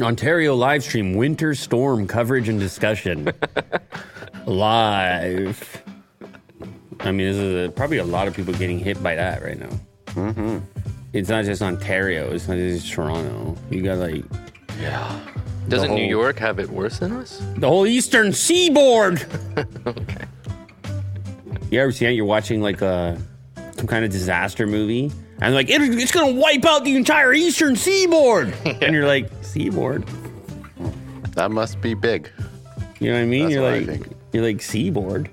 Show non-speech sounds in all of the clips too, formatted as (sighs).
Ontario live stream winter storm coverage and discussion live. I mean, this is a, probably a lot of people getting hit by that right now. Mm-hmm. It's not just Ontario. It's not just Toronto. You got like Doesn't New whole- York have it worse than us? the whole Eastern Seaboard. You ever seen it? You're watching like a some kind of disaster movie, and like it, it's gonna wipe out the entire Eastern Seaboard, and you're like Seaboard. That must be big. You know what I mean? That's you're what I like think. you're like seaboard.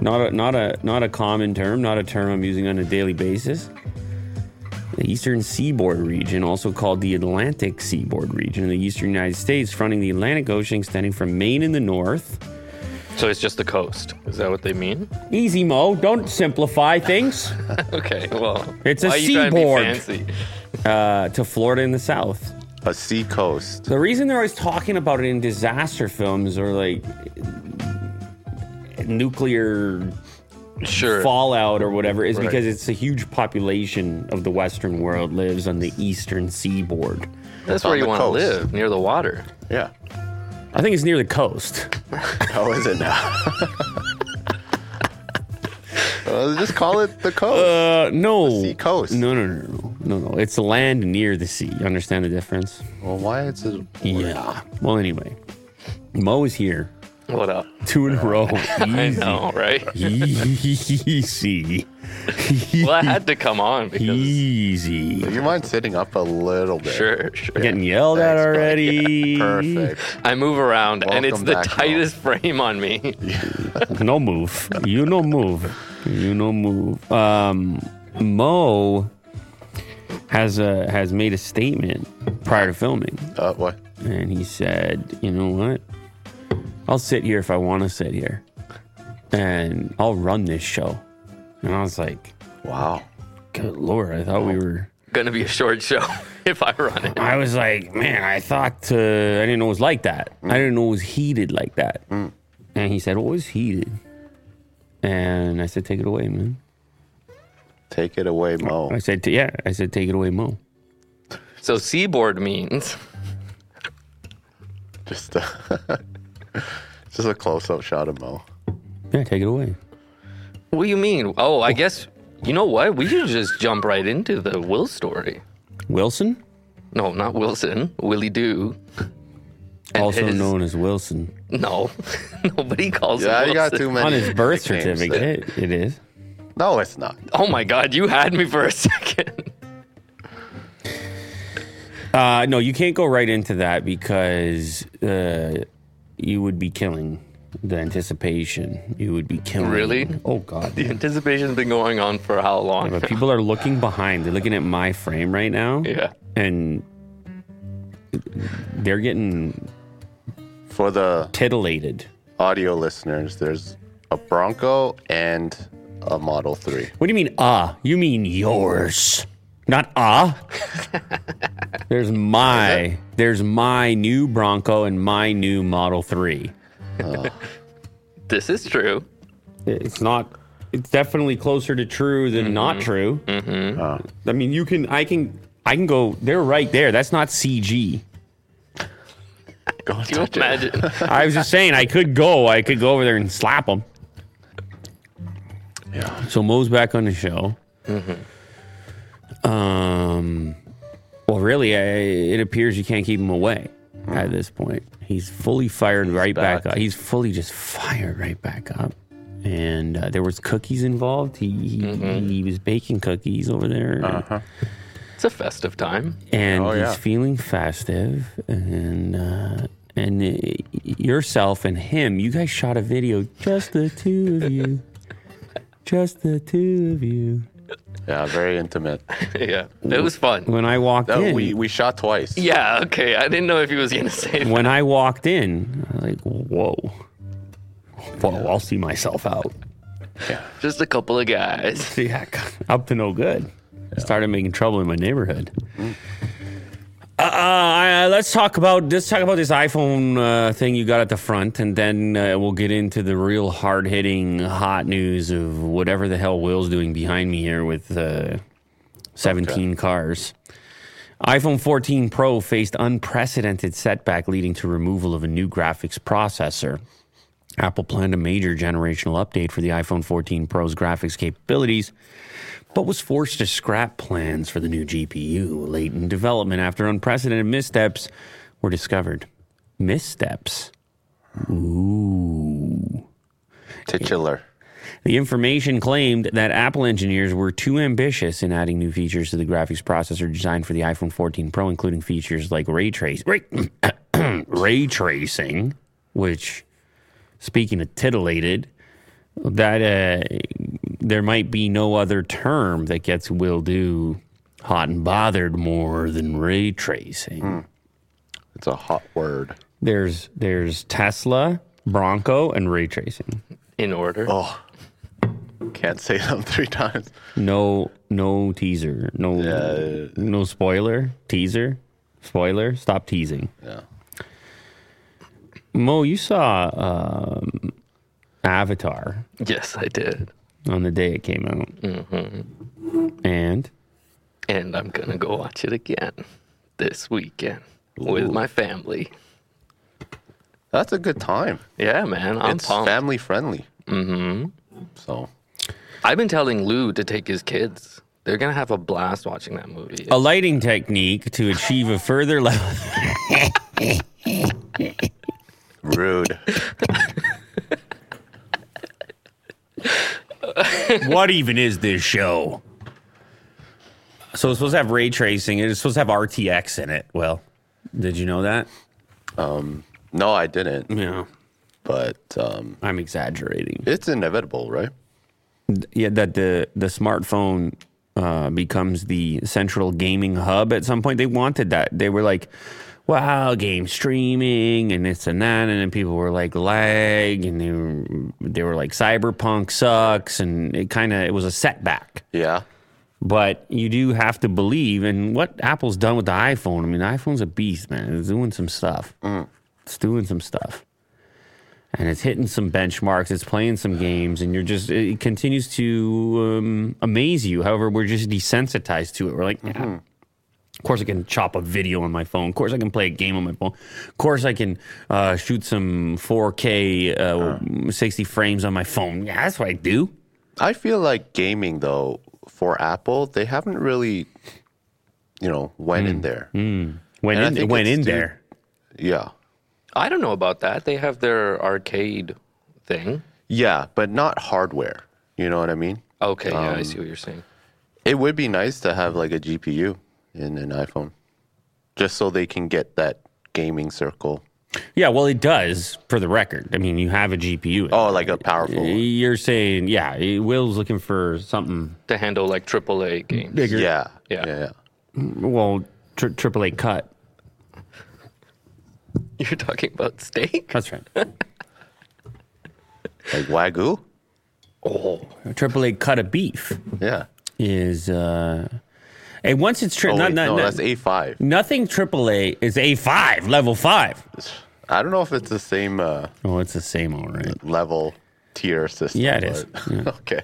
Not a not a not a common term, not a term I'm using on a daily basis. The eastern seaboard region, also called the Atlantic seaboard region in the eastern United States, fronting the Atlantic Ocean extending from Maine in the north. So it's just the coast. Is that what they mean? Easy Mo, don't simplify things. Okay, well, It's a why are you trying to be seaboard. fancy? Uh, to Florida in the south. A sea coast. The reason they're always talking about it in disaster films or like nuclear Sure. fallout or whatever is Right. because it's a huge population of the Western world lives on the Eastern Seaboard. That's on where you the want to coast. live, near the water. Yeah. I think it's near the coast. How is it now? (laughs) well, just call it the coast. Uh, no. The sea coast. No, no, no, no, no, no. It's land near the sea. You understand the difference? well, why is it? Yeah. Well, anyway, Mo is here. What up? Two in a (laughs) row. I Easy. know, right? (laughs) Easy. Well, I had to come on because. Easy. You mind sitting up a little bit? Sure, sure. Getting yelled at Thanks, buddy. already. Perfect. I move around and it's Welcome the back, Mo. tightest frame on me. no move. You no move. You no move. Um, Mo has uh has made a statement prior to filming, Uh, what? and he said, "You know what? I'll sit here if I want to sit here, and I'll run this show." And I was like, Wow. "Good lord! I thought we were." Gonna be a short show (laughs) if I run it. I was like, "Man, I thought uh, I didn't know it was like that. I didn't know it was heated like that." And he said, "What was heated?" And I said, "Take it away, man." Take it away, Mo. I said, t- yeah. I said, take it away, Mo. So seaboard means Just a, (laughs) just a close-up shot of Mo. Yeah, take it away. what do you mean? Oh, I guess you know what? We should just jump right into the Will story. Wilson, No, not Wilson. Willie Doo. And also his- known as Wilson, No, (laughs) nobody calls him Yeah, you Wilson. got too many. on his birth nicknames there. certificate, it is. No, it's not. Oh my God, you had me for a (laughs) second. Uh, no, you can't go right into that because uh, you would be killing the anticipation. You would be killing. Really? Oh God. The anticipation's been going on for how long? But people are looking behind. They're looking at my frame right now, (laughs) Yeah. and they're getting For the titillated. audio listeners, there's a Bronco and a Model 3. What do you mean, ah? you mean yours, not ah. There's my, there's my new Bronco and my new Model Three. This is true. It's not. It's definitely closer to true than not true. I mean, you can, I can, I can go. They're right there. That's not CG. Go Can you touch it. imagine? (laughs) I was just saying, I could go. I could go over there and slap them. Yeah. So Mo's back on the show. Mm-hmm. Um, well, really, I, it appears you can't keep him away at this point. He's fully fired right back. Mm-hmm. back. up. He's fully just fired right back up. And uh, there was cookies involved. He he, Mm-hmm. he was baking cookies over there, Uh-huh. It's a festive (laughs) time. and Oh, he's yeah. feeling festive. And uh, and uh, yourself and him, you guys shot a video, just the two of you, just the two of you. Yeah, very intimate. (laughs) yeah, it was fun. when I walked No, in. we, we shot twice. Yeah, okay. I didn't know if he was gonna (laughs) say that. when I walked in, I was like, whoa, whoa, I'll see myself out. just a couple of guys. (laughs) Yeah, up to no good. Started making trouble in my neighborhood. Uh, uh, let's talk about let's talk about this iPhone uh, thing you got at the front, and then uh, we'll get into the real hard hitting hot news of whatever the hell Will's doing behind me here with uh, seventeen cars. iPhone 14 Pro faced unprecedented setback leading to removal of a new graphics processor. Apple planned a major generational update for the iPhone 14 Pro's graphics capabilities, but was forced to scrap plans for the new GPU late in development after unprecedented missteps were discovered. Missteps? Titular. The information claimed that Apple engineers were too ambitious in adding new features to the graphics processor designed for the iPhone 14 Pro, including features like ray trace, ray, (coughs) ray tracing, which, speaking of titillated, that uh, there might be no other term that gets Will Do hot and bothered more than ray tracing. It's a hot word. There's there's Tesla, Bronco, and ray tracing. in order. Oh. Can't say them (laughs) three times. No, no teaser. No, no spoiler. Teaser, spoiler. Stop teasing. Yeah. Mo, you saw um, Avatar Yes, I did. on the day it came out, and And I'm going to go watch it again this weekend with my family. That's a good time. Yeah, man. I'm it's pumped. family friendly. Mm-hmm. So I've been telling Lou to take his kids. They're going to have a blast watching that movie. a lighting technique to achieve a further level. (laughs) rude. what even is this show? So it's supposed to have ray tracing. It's supposed to have RTX in it. Well, did you know that? no, I didn't. Yeah, But um, I'm exaggerating. it's inevitable, right? yeah, that the the smartphone uh, becomes the central gaming hub at some point. They wanted that. They were like, "Wow, game streaming and this and that," and then people were like, "Lag," and they were, they were like, "Cyberpunk sucks," and it kind of it was a setback. Yeah. But you do have to believe in what Apple's done with the iPhone. I mean, the iPhone's a beast, man. It's doing some stuff. Mm. It's doing some stuff. And it's hitting some benchmarks. It's playing some games, and you're just, it continues to um, amaze you. However, we're just desensitized to it. We're like, yeah. Mm-hmm. Of course, I can chop a video on my phone. Of course, I can play a game on my phone. Of course, I can uh, shoot some 4K, uh, 60 frames on my phone. Yeah, that's what I do. I feel like gaming though for Apple, they haven't really, you know, went in there. Went And I in, think went it's in due- there. Yeah. I don't know about that. They have their arcade thing. Yeah, but not hardware. You know what I mean? Okay, yeah, I see what you're saying. It would be nice to have like a GPU in an iPhone, just so they can get that gaming circle. Yeah, well, it does for the record. I mean, you have a GPU. Oh, like a powerful. one. You're saying, yeah, eh, Will's looking for something To handle like AAA games. bigger. Yeah, Yeah. yeah, yeah. Well, tri- AAA cut. (laughs) You're talking about steak? (laughs) That's right. Like Wagyu. Oh, AAA cut of beef Yeah. is, uh, and once it's tri- Oh, not, wait, not, no, not- that's A five. nothing AAA is A5, level five. I don't know if it's the same uh, Oh, it's the same, all right. level tier system. Yeah, it is. but- (laughs) okay.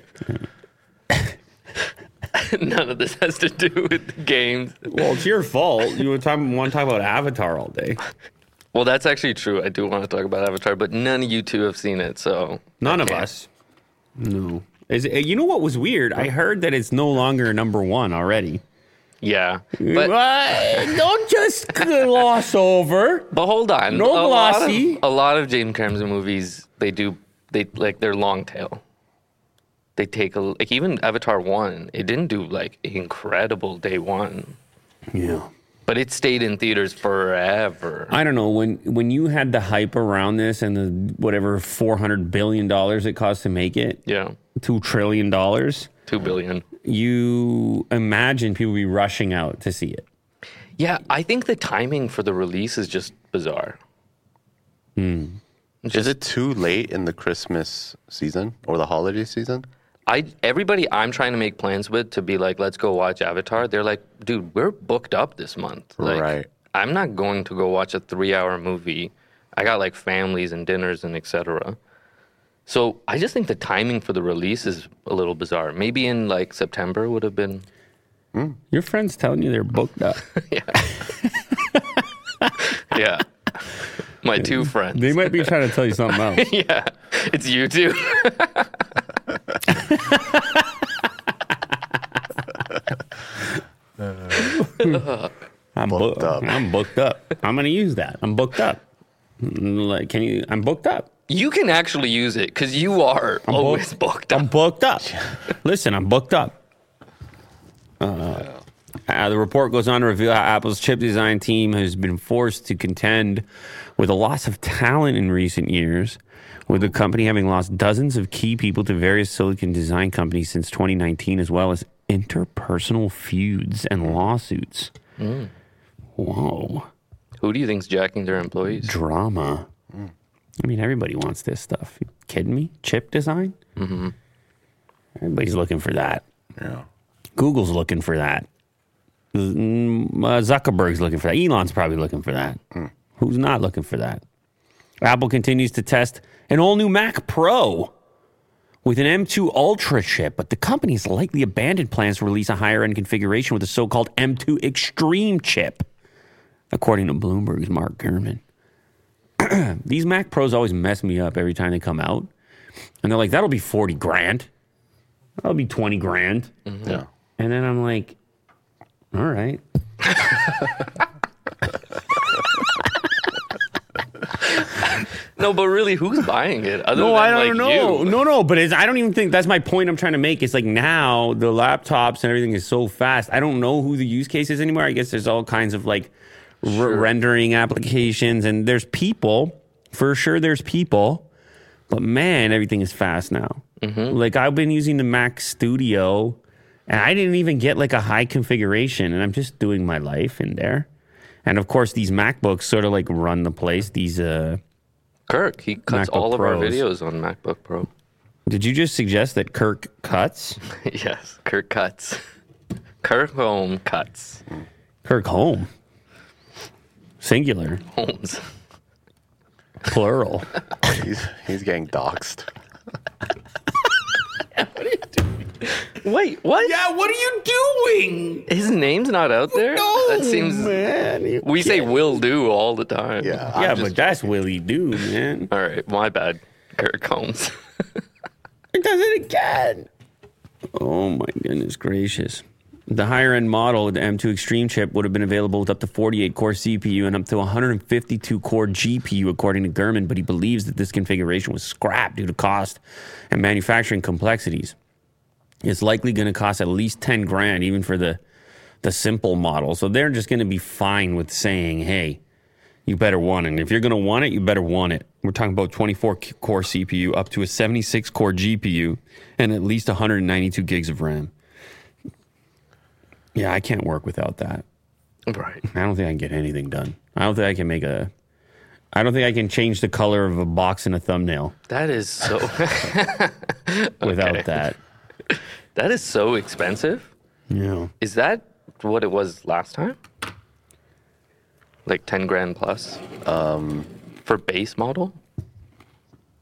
(laughs) none of this has to do with the games. Well, it's your fault. You were talking, want to talk about Avatar all day. Well, that's actually true. I do want to talk about Avatar, but none of you two have seen it, so None I of can't. us. No. Is it, you know what was weird? I heard that it's no longer number one already. Yeah, but, Uh, don't just gloss over. but hold on. No lot of- glossy. a lot of James Cameron's movies, they do they like their long tail. They take a like even Avatar one. It didn't do like incredible day one, Yeah. but it stayed in theaters forever. I don't know when when you had the hype around this and the whatever four hundred billion dollars it cost to make it, yeah, two trillion dollars. two billion. You imagine people be rushing out to see it. Yeah, I think the timing for the release is just bizarre. Is it too late in the Christmas season or the holiday season? I everybody I'm trying to make plans with to be like, let's go watch Avatar. They're like, dude, we're booked up this month. Like, Right. I'm not going to go watch a three-hour movie. I got like families and dinners and etc. So I just think the timing for the release is a little bizarre. Maybe in like September would have been Your friend's telling you they're booked up. Yeah. (laughs) My two (laughs) friends. (laughs) they might be trying to tell you something else. yeah. It's you two. (laughs) I'm booked, up. I'm booked up. I'm gonna use that. I'm booked up. Mm, Like, can you? I'm booked up. you can actually use it because you are I'm always booked up. I'm booked up. Listen, I'm booked up. Uh, uh, the report goes on to reveal how Apple's chip design team has been forced to contend with a loss of talent in recent years, with the company having lost dozens of key people to various silicon design companies since 2019, as well as interpersonal feuds and lawsuits. Whoa Who do you think's jacking their employees? drama. I mean, everybody wants this stuff. You kidding me? Chip design? Mm-hmm. Everybody's looking for that. Yeah. Google's looking for that. Z- mm, uh, Zuckerberg's looking for that. Elon's probably looking for that. Who's not looking for that? Apple continues to test an all new Mac Pro with an M2 Ultra chip, but the company has likely abandoned plans to release a higher end configuration with the so called M2 Extreme chip, according to Bloomberg's Mark Gurman. (clears throat) These Mac Pros always mess me up every time they come out. And they're like, that'll be 40 grand. That'll be 20 grand. Yeah. And then I'm like, all right. No, but really, who's buying it? Other No, than, Oh, I don't like, know. you? No, no, but it's, I don't even think that's my point I'm trying to make. It's like now the laptops and everything is so fast. I don't know who the use case is anymore. I guess there's all kinds of like r- rendering applications and there's people, for sure there's people, but man, everything is fast now. Mm-hmm. Like I've been using the Mac Studio and I didn't even get like a high configuration and I'm just doing my life in there. And of course, these MacBooks sort of like run the place. These, uh, Kirk, he cuts MacBook all of our Pros. videos on MacBook Pro. (laughs) Did you just suggest that Kirk cuts? yes, Kirk cuts. Kirk Home cuts. Kirk home. Singular, Holmes. plural. He's he's getting doxxed. Wait, what? yeah, what are you doing? His name's not out there? that seems. Oh, man. you- We say will do all the time. Yeah. yeah, I'm but just- that's Willie do, man. All right, my bad, Kirk Holmes. (laughs) It does it again. Oh my goodness gracious. The higher end model, the M2 Extreme chip, would have been available with up to 48 core CPU and up to 152 core GPU, according to Gurman, but he believes that this configuration was scrapped due to cost and manufacturing complexities. It's likely going to cost at least 10 grand, even for the, the simple model. So they're just going to be fine with saying, hey, you better want it. And if you're going to want it, you better want it. We're talking about 24 c- core CPU up to a 76 core GPU and at least 192 gigs of RAM. Yeah, I can't work without that. right. I don't think I can get anything done. I don't think I can make a. I don't think I can change the color of a box and a thumbnail That is so. (laughs) without Okay. (laughs) that. that is so expensive. Yeah. Is that what it was last time? Like ten grand plus. Um, for base model.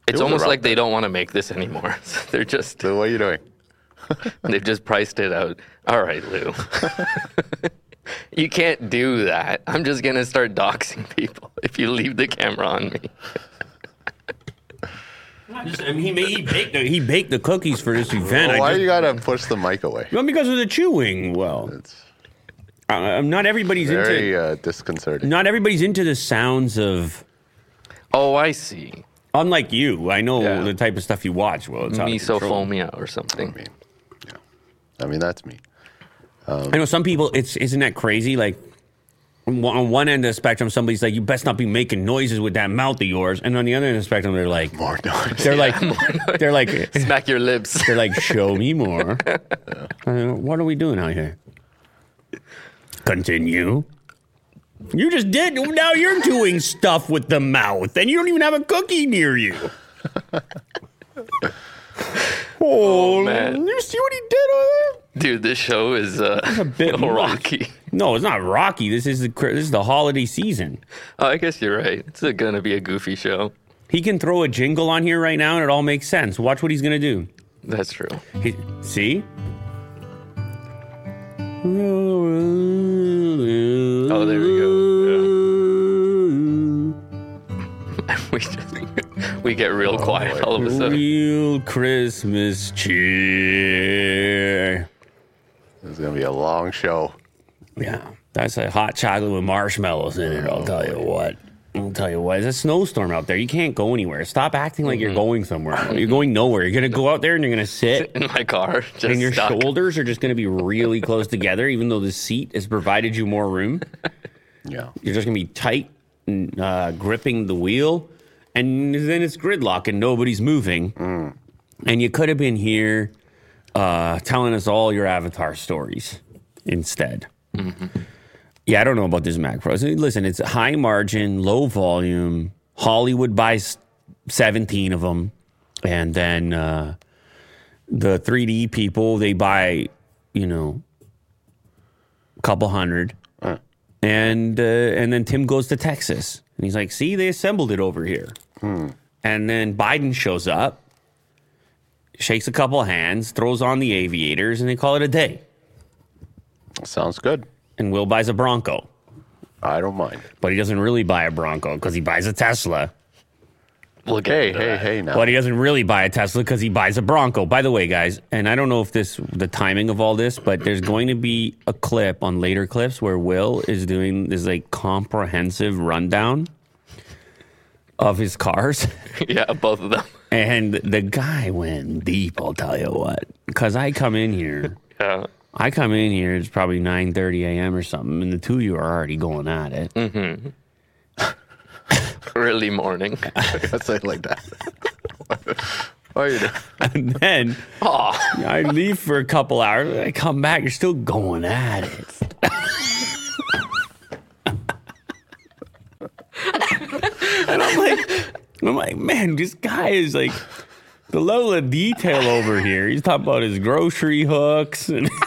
It's was almost around like they don't want to make this anymore. (laughs) So They're just So what are you doing? they've just priced it out. All right, (laughs) Lou. you can't do that. I'm just gonna start doxing people (laughs) if you leave the camera on me. I mean, he, made, he, baked the, he baked the cookies for this event. I Why just- you gotta push the mic away? well, because of the chewing. Well, It's uh, not everybody's very into uh, disconcerting. not everybody's into the sounds of Oh, I see. Unlike you, I know Yeah. the type of stuff you watch. Well, it's out of control. Mesophobia or something. Me. Yeah. I mean that's me. I know some people. It's isn't that crazy? Like on one- on one end of the spectrum, somebody's like, "You best not be making noises with that mouth of yours," and on the other end of the spectrum, they're like, More (laughs) noise. they're like, they're like, Smack (laughs) your lips. they're like, "Show me more." Uh, what are we doing out here? Continue. You just did. Now you're doing stuff with the mouth, and you don't even have a cookie near you. oh man. You see what he did over there? (laughs) Dude, this show is uh, a bit much. rocky. No, it's not Rocky. This is the cri- this is the holiday season. Oh, I guess you're right. It's uh, gonna be a goofy show. He can throw a jingle on here right now, and it all makes sense. Watch what he's gonna do. That's true. He, see? Oh, there we go. (laughs) we just we get real Oh, quiet all of a sudden. Real Christmas cheer. This is gonna be a long show. Yeah, that's a hot chocolate with marshmallows in it. I'll tell you what. I'll tell you what. It's a snowstorm out there. You can't go anywhere. Stop acting like Mm-hmm. you're going somewhere. You're going nowhere. You're gonna go out there and you're gonna sit. in (laughs) my car, just And your stuck. shoulders are just going to be really close together, even though the seat has provided you more room. Yeah. You're just going to be tight and uh, gripping the wheel. And then it's gridlock and nobody's moving. And you could have been here uh, telling us all your avatar stories instead. Yeah, I don't know about this Mac Pro. So, Listen, it's high margin, low volume. Hollywood buys 17 of them. And then uh, the 3D people, they buy, you know, a couple hundred. And, uh, and then Tim goes to Texas. And he's like, see, they assembled it over here. And then Biden shows up, shakes a couple hands, throws on the aviators, and they call it a day. Sounds good. And Will buys a Bronco. I don't mind. but he doesn't really buy a Bronco because he buys a Tesla. We'll get Hey, into hey, that. hey now. But he doesn't really buy a Tesla because he buys a Bronco. By the way, guys, and I don't know if this the timing of all this, but there's going to be a clip on later clips where Will is doing this like comprehensive rundown of his cars. (laughs) Yeah, both of them. (laughs) And the guy went deep, I'll tell you what. Cause I come in here. Yeah. I come in here, it's probably 9.30 a.m. or something, and the two of you are already going at it. (laughs) Early morning. I (laughs) say it like that. Why are you doing? And then I leave for a couple hours. I come back. You're still going at it. and I'm like, I'm like, man, this guy is like the level of detail over here. He's talking about his grocery hooks and. (laughs)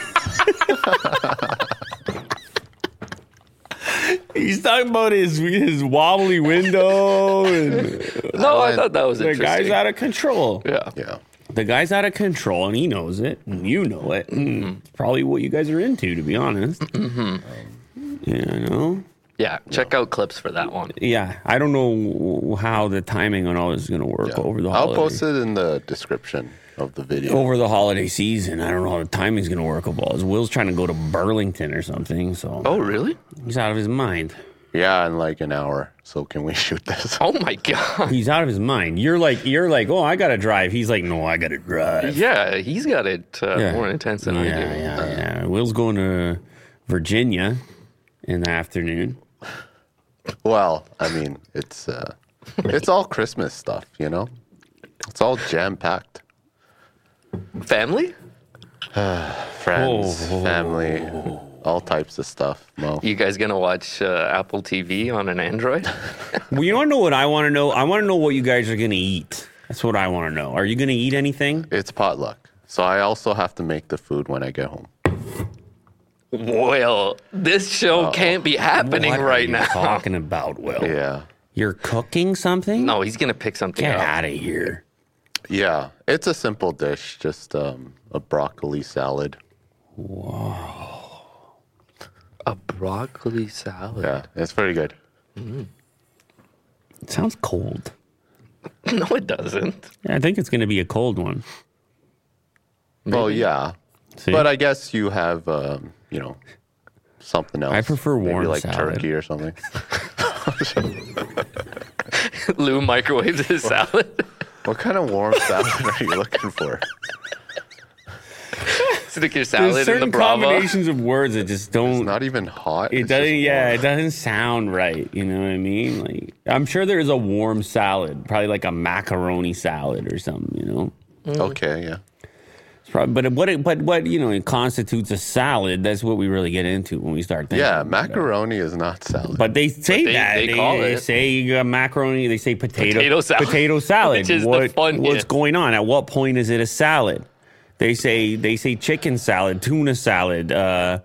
He's talking about his his wobbly window, and No, I thought that was the interesting. guy's out of control yeah. Yeah. the guy's out of control and he knows it and you know it and it's probably what you guys are into to be (clears throat) honest Mm-hmm. yeah you know Yeah. Check out clips for that one. yeah i don't know w- how the timing on all this is going to work yeah. over the I'll holiday Oh. post it in the description of the video. over the holiday season i don't know how the timing's going to work of all this will's trying to go to burlington or something so Oh, really? he's out of his mind Yeah, in like an hour. So can we (laughs) shoot this? Oh my (laughs) god. he's out of his mind you're like you're like oh i gotta drive he's like no i gotta drive Yeah, he's got it uh, Yeah. more intense than yeah I do. yeah yeah will's going to virginia in the afternoon Well, I mean, it's uh, it's all Christmas stuff, you know. It's all jam packed. (sighs) Family? Friends, Oh. family, all types of stuff. Mo. You guys gonna watch uh, Apple TV on an Android? (laughs) Well, you want to know what I want to know? I want to know what you guys are going to eat. That's what I want to know. Are you going to eat anything? It's potluck, so I also have to make the food when I get home. well, this show can't be happening What are right you now. Talking about Will. Yeah, You're cooking something? No, he's gonna pick something Get up. out of here. yeah. It's a simple dish, just um, a broccoli salad. A broccoli salad. Yeah, it's pretty good. It sounds cold. (laughs) No, it doesn't. (laughs) I think it's going to be a cold one. Well, yeah, See? but I guess you have um, you know something else. prefer warm Maybe like salad. turkey or something. Lou microwaves his salad. (laughs) what kind (laughs) of warm salad are you looking for? Stick your There's salad in the certain Brava. combinations of words that just don't. Not even hot. It it's doesn't. just Yeah, warm. it doesn't sound right. You know what I mean? Like, I'm sure there is a warm salad, probably like a macaroni salad or something. You know. Okay, yeah. It's probably, but what it, but what you know it constitutes a salad. That's what we really get into when we start thinking. Yeah, about it. macaroni is (laughs) not salad. But they say they- that they call it. say uh, macaroni. They say potato Potato salad, (laughs) Potato salad. which is the What- funniest. What's going on? At what point is it a salad? They say they say chicken salad, tuna salad, uh,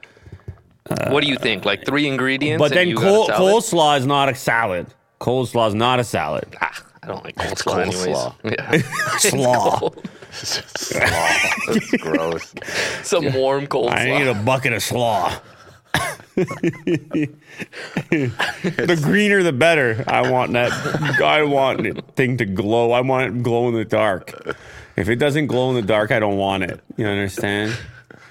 what do you think? Like three ingredients? but and then you col- got a salad? coleslaw is not a salad. Coleslaw is not a salad. Ah, I don't like coleslaw. coleslaw. (laughs) Anyways. (laughs) Yeah. Slaw. Cold. It's just (laughs) slaw. That's gross. (laughs) Some warm cold I need slaw. a bucket of slaw. (laughs) the greener, the better. I want that. I want it thing to glow. I want it glow in the dark. If it doesn't glow in the dark, I don't want it. You understand?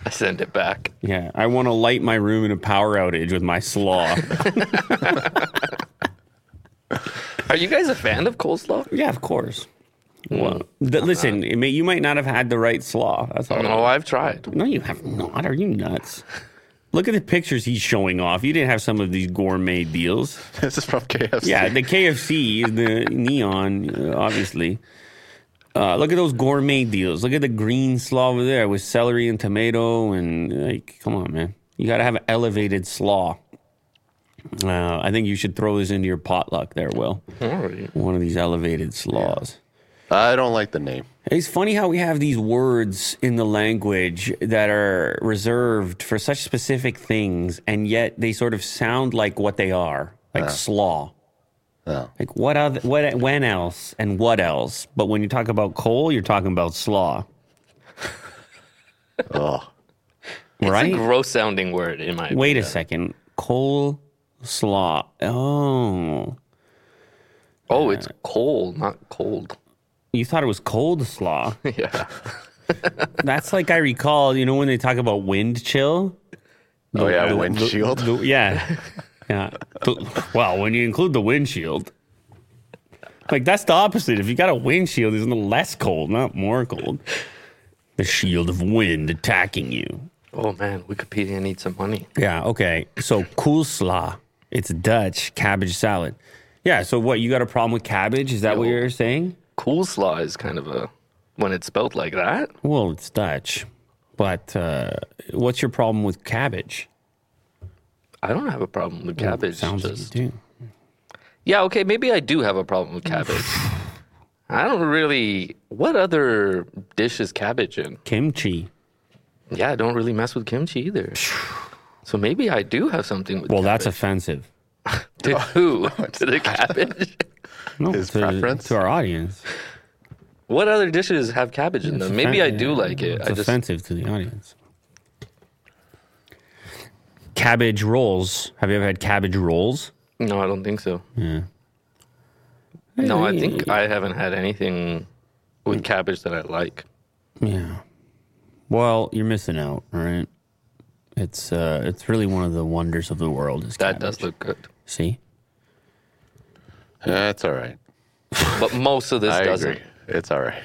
I send it back. Yeah, I want to light my room in a power outage with my slaw. Are you guys a fan of coleslaw? yeah, of course. Well, th- listen, it may, you might not have had the right slaw. That's all. Hmm. No, I've tried. No, you have not. Are you nuts? Look at the pictures he's showing off. You didn't have some of these gourmet deals. This is from KFC. Yeah, the KFC is the neon, uh, obviously. Uh, look at those gourmet deals. Look at the green slaw over there with celery and tomato. And like, come on, man, you got to have elevated slaw. Uh, I think you should throw this into your potluck there, Will. One of these elevated slaws. I don't like the name. It's funny how we have these words in the language that are reserved for such specific things, and yet they sort of sound like what they are, like slaw. No. Like what other, what when else and what else? But when you talk about coal, you're talking about slaw, Oh, It's a right? gross sounding word in my Wait a second, coal slaw. Oh, Oh, it's cold, not cold. (laughs) you thought it was cold slaw. yeah. That's like I recall. You know when they talk about wind chill? oh yeah, The- windshield. the- yeah, yeah. The- well, when you include the windshield, like that's the opposite. If you got a windshield, it's less cold, not more cold. The shield of wind attacking you. Oh man, Wikipedia needs some money. Yeah, okay. So coleslaw, it's Dutch cabbage salad. Yeah, so what, you got a problem with cabbage? Is that what Yo. you're saying? Coleslaw is kind of a when it's spelled like that. Well, it's Dutch. But uh, what's your problem with cabbage? I don't have a problem with cabbage. Sounds just- like you do. yeah, okay, maybe I do have a problem (laughs) with cabbage. I don't really. What other dish is cabbage in? Kimchi. Yeah, I don't really mess with kimchi either. So maybe I do have something with Well, that's offensive. (laughs) to who to the cabbage. No, His to, preference? To our audience. What other dishes have cabbage in It's them? Maybe I offen- do like it. It's I just offensive to the audience. Cabbage rolls. Have you ever had cabbage rolls? no, I don't think so. No, I think I haven't had anything Mm. with cabbage that I like. Yeah. Well, you're missing out, all right? It's uh it's really one of the wonders of the world is That cabbage. does look good. See? Yeah, it's all right. But most of this I doesn't. agree. It's all right.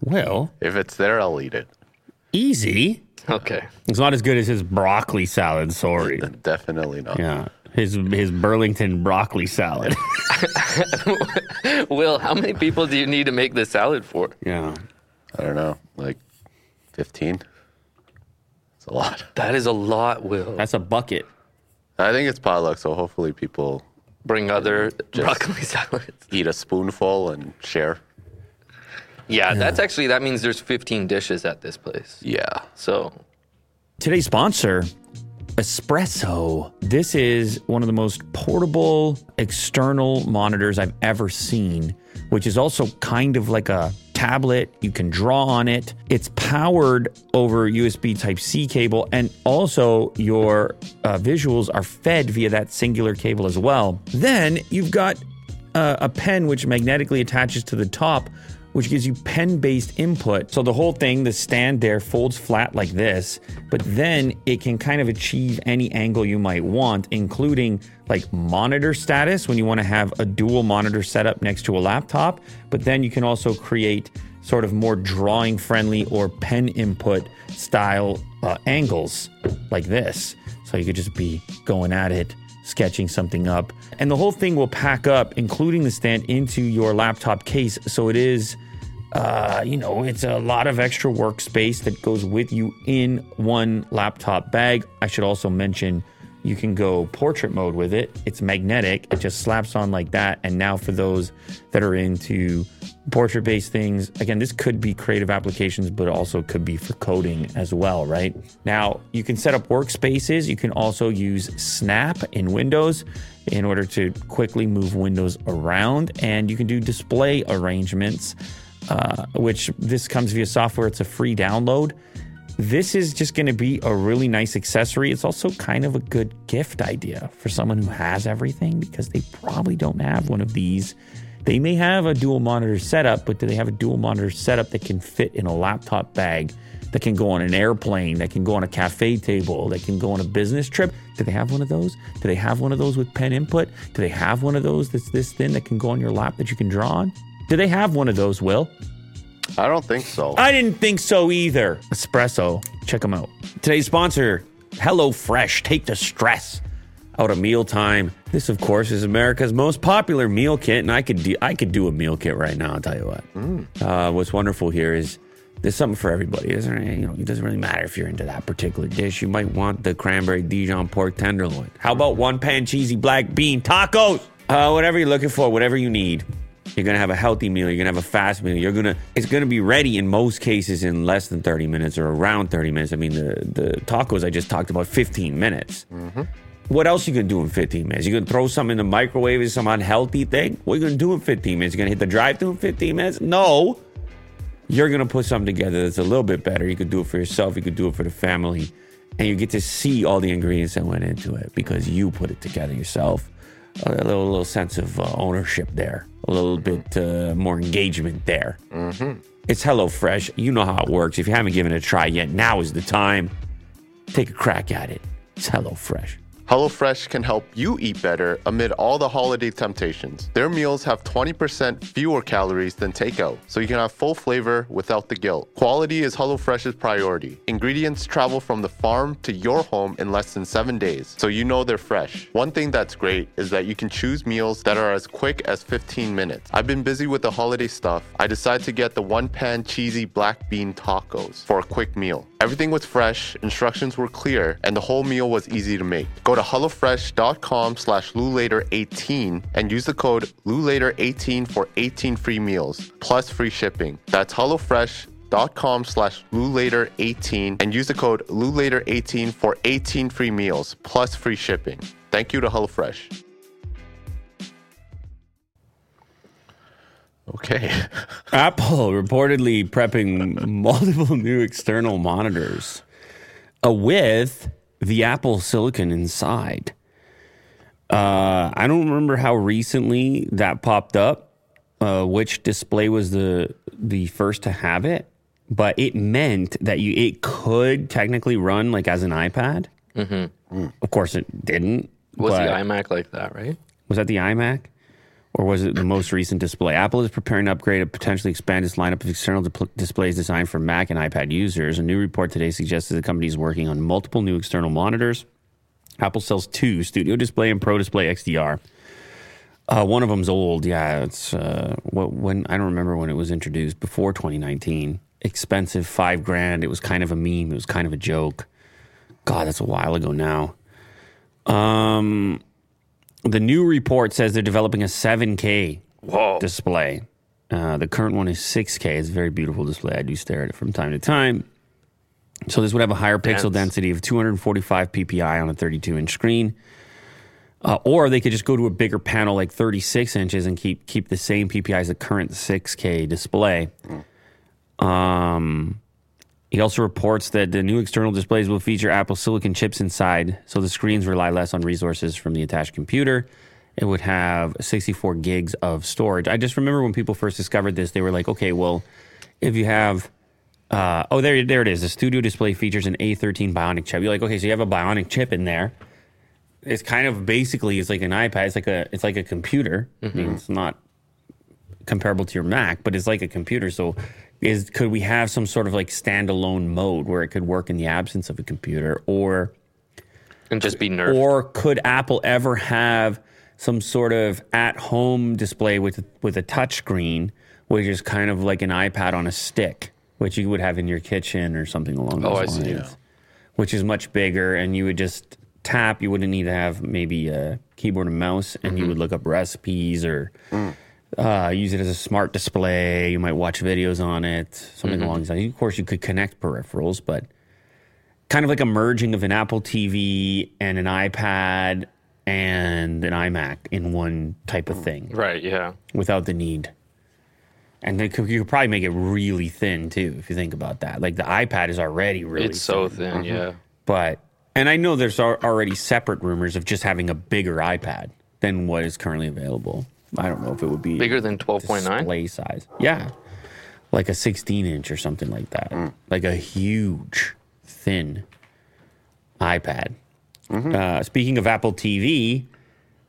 Well, If it's there, I'll eat it. easy. Okay. It's not as good as his broccoli salad, (laughs) sorry. Definitely not. Yeah. His his Burlington broccoli salad. (laughs) Will, how many people do you need to make this salad for? yeah. I don't know, like fifteen. It's a lot. That is a lot, Will. That's a bucket. I think it's potluck, so hopefully people Bring other broccoli (laughs) salads. eat a spoonful and share. Yeah, that's actually that means there's 15 dishes at this place. Yeah. So Today's sponsor, Espresso. This is one of the most portable external monitors I've ever seen, which is also kind of like a tablet. You can draw on it. It's powered over USB Type C cable, and also your uh, visuals are fed via that singular cable as well. Then you've got uh, a pen which magnetically attaches to the top, which gives you pen based input. So the whole thing, the stand there, folds flat like this, but then it can kind of achieve any angle you might want, including like monitor status when you want to have a dual monitor setup next to a laptop. But then you can also create sort of more drawing friendly or pen input style uh, angles like this. So you could just be going at it sketching something up. And the whole thing will pack up, including the stand, into your laptop case. So it is, uh, you know, it's a lot of extra workspace that goes with you in one laptop bag. I should also mention you can go portrait mode with it. It's magnetic, it just slaps on like that. And now, for those that are into portrait based things, again, this could be creative applications, but also could be for coding as well, right? Now, you can set up workspaces. You can also use Snap in Windows in order to quickly move windows around, and you can do display arrangements uh, which this comes via software. It's a free download. This is just going to be a really nice accessory. It's also kind of a good gift idea for someone who has everything because they probably don't have one of these. They may have a dual monitor setup, but do they have a dual monitor setup that can fit in a laptop bag, that can go on an airplane, that can go on a cafe table, that can go on a business trip? Do they have one of those? Do they have one of those with pen input? Do they have one of those that's this thin that can go on your lap that you can draw on? Do they have one of those, Will? I don't think so. I didn't think so either. Espresso, check them out. Today's sponsor, HelloFresh. Take the stress out of mealtime. This, of course, is America's most popular meal kit, and I could do, I could do a meal kit right now. I'll tell you what. Uh, what's wonderful here is there's something for everybody, isn't it? You know, it doesn't really matter if you're into that particular dish. You might want the cranberry Dijon pork tenderloin. How about one pan cheesy black bean tacos? Uh, whatever you're looking for, whatever you need. You're gonna have a healthy meal. You're gonna have a fast meal. You're gonna it's gonna be ready in most cases in less than 30 minutes or around 30 minutes. I mean the the tacos I just talked about 15 minutes. What else you gonna do in 15 minutes? You gonna throw something in the microwave is some unhealthy thing? What are you gonna do in 15 minutes? You gonna hit the drive-through in 15 minutes? No you're gonna put something together that's a little bit better. You could do it for yourself, you could do it for the family, and you get to see all the ingredients that went into it because you put it together yourself. A little, little sense of uh, ownership there, a little bit uh, more engagement there. It's HelloFresh. You know how it works. If you haven't given it a try yet, now is the time. Take a crack at it. It's HelloFresh. HelloFresh can help you eat better amid all the holiday temptations. Their meals have 20% fewer calories than takeout, so you can have full flavor without the guilt. Quality is HelloFresh's priority. Ingredients travel from the farm to your home in less than seven days, so you know they're fresh. One thing that's great is that you can choose meals that are as quick as 15 minutes. I've been busy with the holiday stuff. I decided to get the one pan cheesy black bean tacos for a quick meal. Everything was fresh, instructions were clear, and the whole meal was easy to make. Go to HelloFresh.com slash LouLater18 and use the code LouLater18 for 18 free meals, plus free shipping. That's HelloFresh.com slash LouLater18 and use the code LouLater18 for 18 free meals, plus free shipping. Thank you to HelloFresh. Okay. (laughs) Apple reportedly prepping multiple new external monitors uh, with the Apple silicon inside. Uh, I don't remember how recently that popped up, uh, which display was the the first to have it, but it meant that you it could technically run like as an iPad. Of course, it didn't. Mm-hmm. Was but- the iMac like that, right? was that the iMac? Or was it the most recent display? Apple is preparing to upgrade and potentially expand its lineup of external dipl- displays designed for Mac and iPad users. A new report today suggests that the company is working on multiple new external monitors. Apple sells two Studio Display and Pro Display XDR. Uh, one of them's old. Yeah, it's uh, what when I don't remember when it was introduced before 2019. Expensive, five grand. It was kind of a meme. It was kind of a joke. God, that's a while ago now. The new report says they're developing a 7K display. Uh, the current one is 6K. It's a very beautiful display. I do stare at it from time to time. So this would have a higher pixel Dense. density of 245 ppi on a 32 inch screen. Uh, or they could just go to a bigger panel like 36 inches and keep keep the same ppi as the current 6K display. He also reports that the new external displays will feature Apple silicon chips inside, so the screens rely less on resources from the attached computer. It would have 64 gigs of storage. I just remember when people first discovered this, they were like, okay, well, if you have. Uh, oh, there, there it is. The studio display features an A13 Bionic chip. You're like, okay, so you have a Bionic chip in there. It's kind of basically it's like an iPad. It's like a it's like a computer. I mean, it's not comparable to your Mac, but it's like a computer. So, is could we have some sort of like standalone mode where it could work in the absence of a computer, or And just be nerfed. or could Apple ever have some sort of at-home display with with a touchscreen, which is kind of like an iPad on a stick, which you would have in your kitchen or something along those Oh, I lines, see, which is much bigger, and you would just tap. You wouldn't need to have maybe a keyboard and mouse, and Mm-hmm. you would look up recipes or. Mm. Uh, use it as a smart display. You might watch videos on it, something Mm-hmm. along those lines. Of course, you could connect peripherals, but kind of like a merging of an Apple TV and an iPad and an iMac in one type of thing Mm. right, yeah. without the need. And they could, you could probably make it really thin too, if you think about that. Like the iPad is already really It's so thin, Mm-hmm. yeah. but and I know there's al- already separate rumors of just having a bigger iPad than what is currently available. I don't know if it would be Bigger than 12.9? display size. Yeah, like a 16 inch or something like that. Like a huge, thin iPad. Uh, speaking of Apple TV,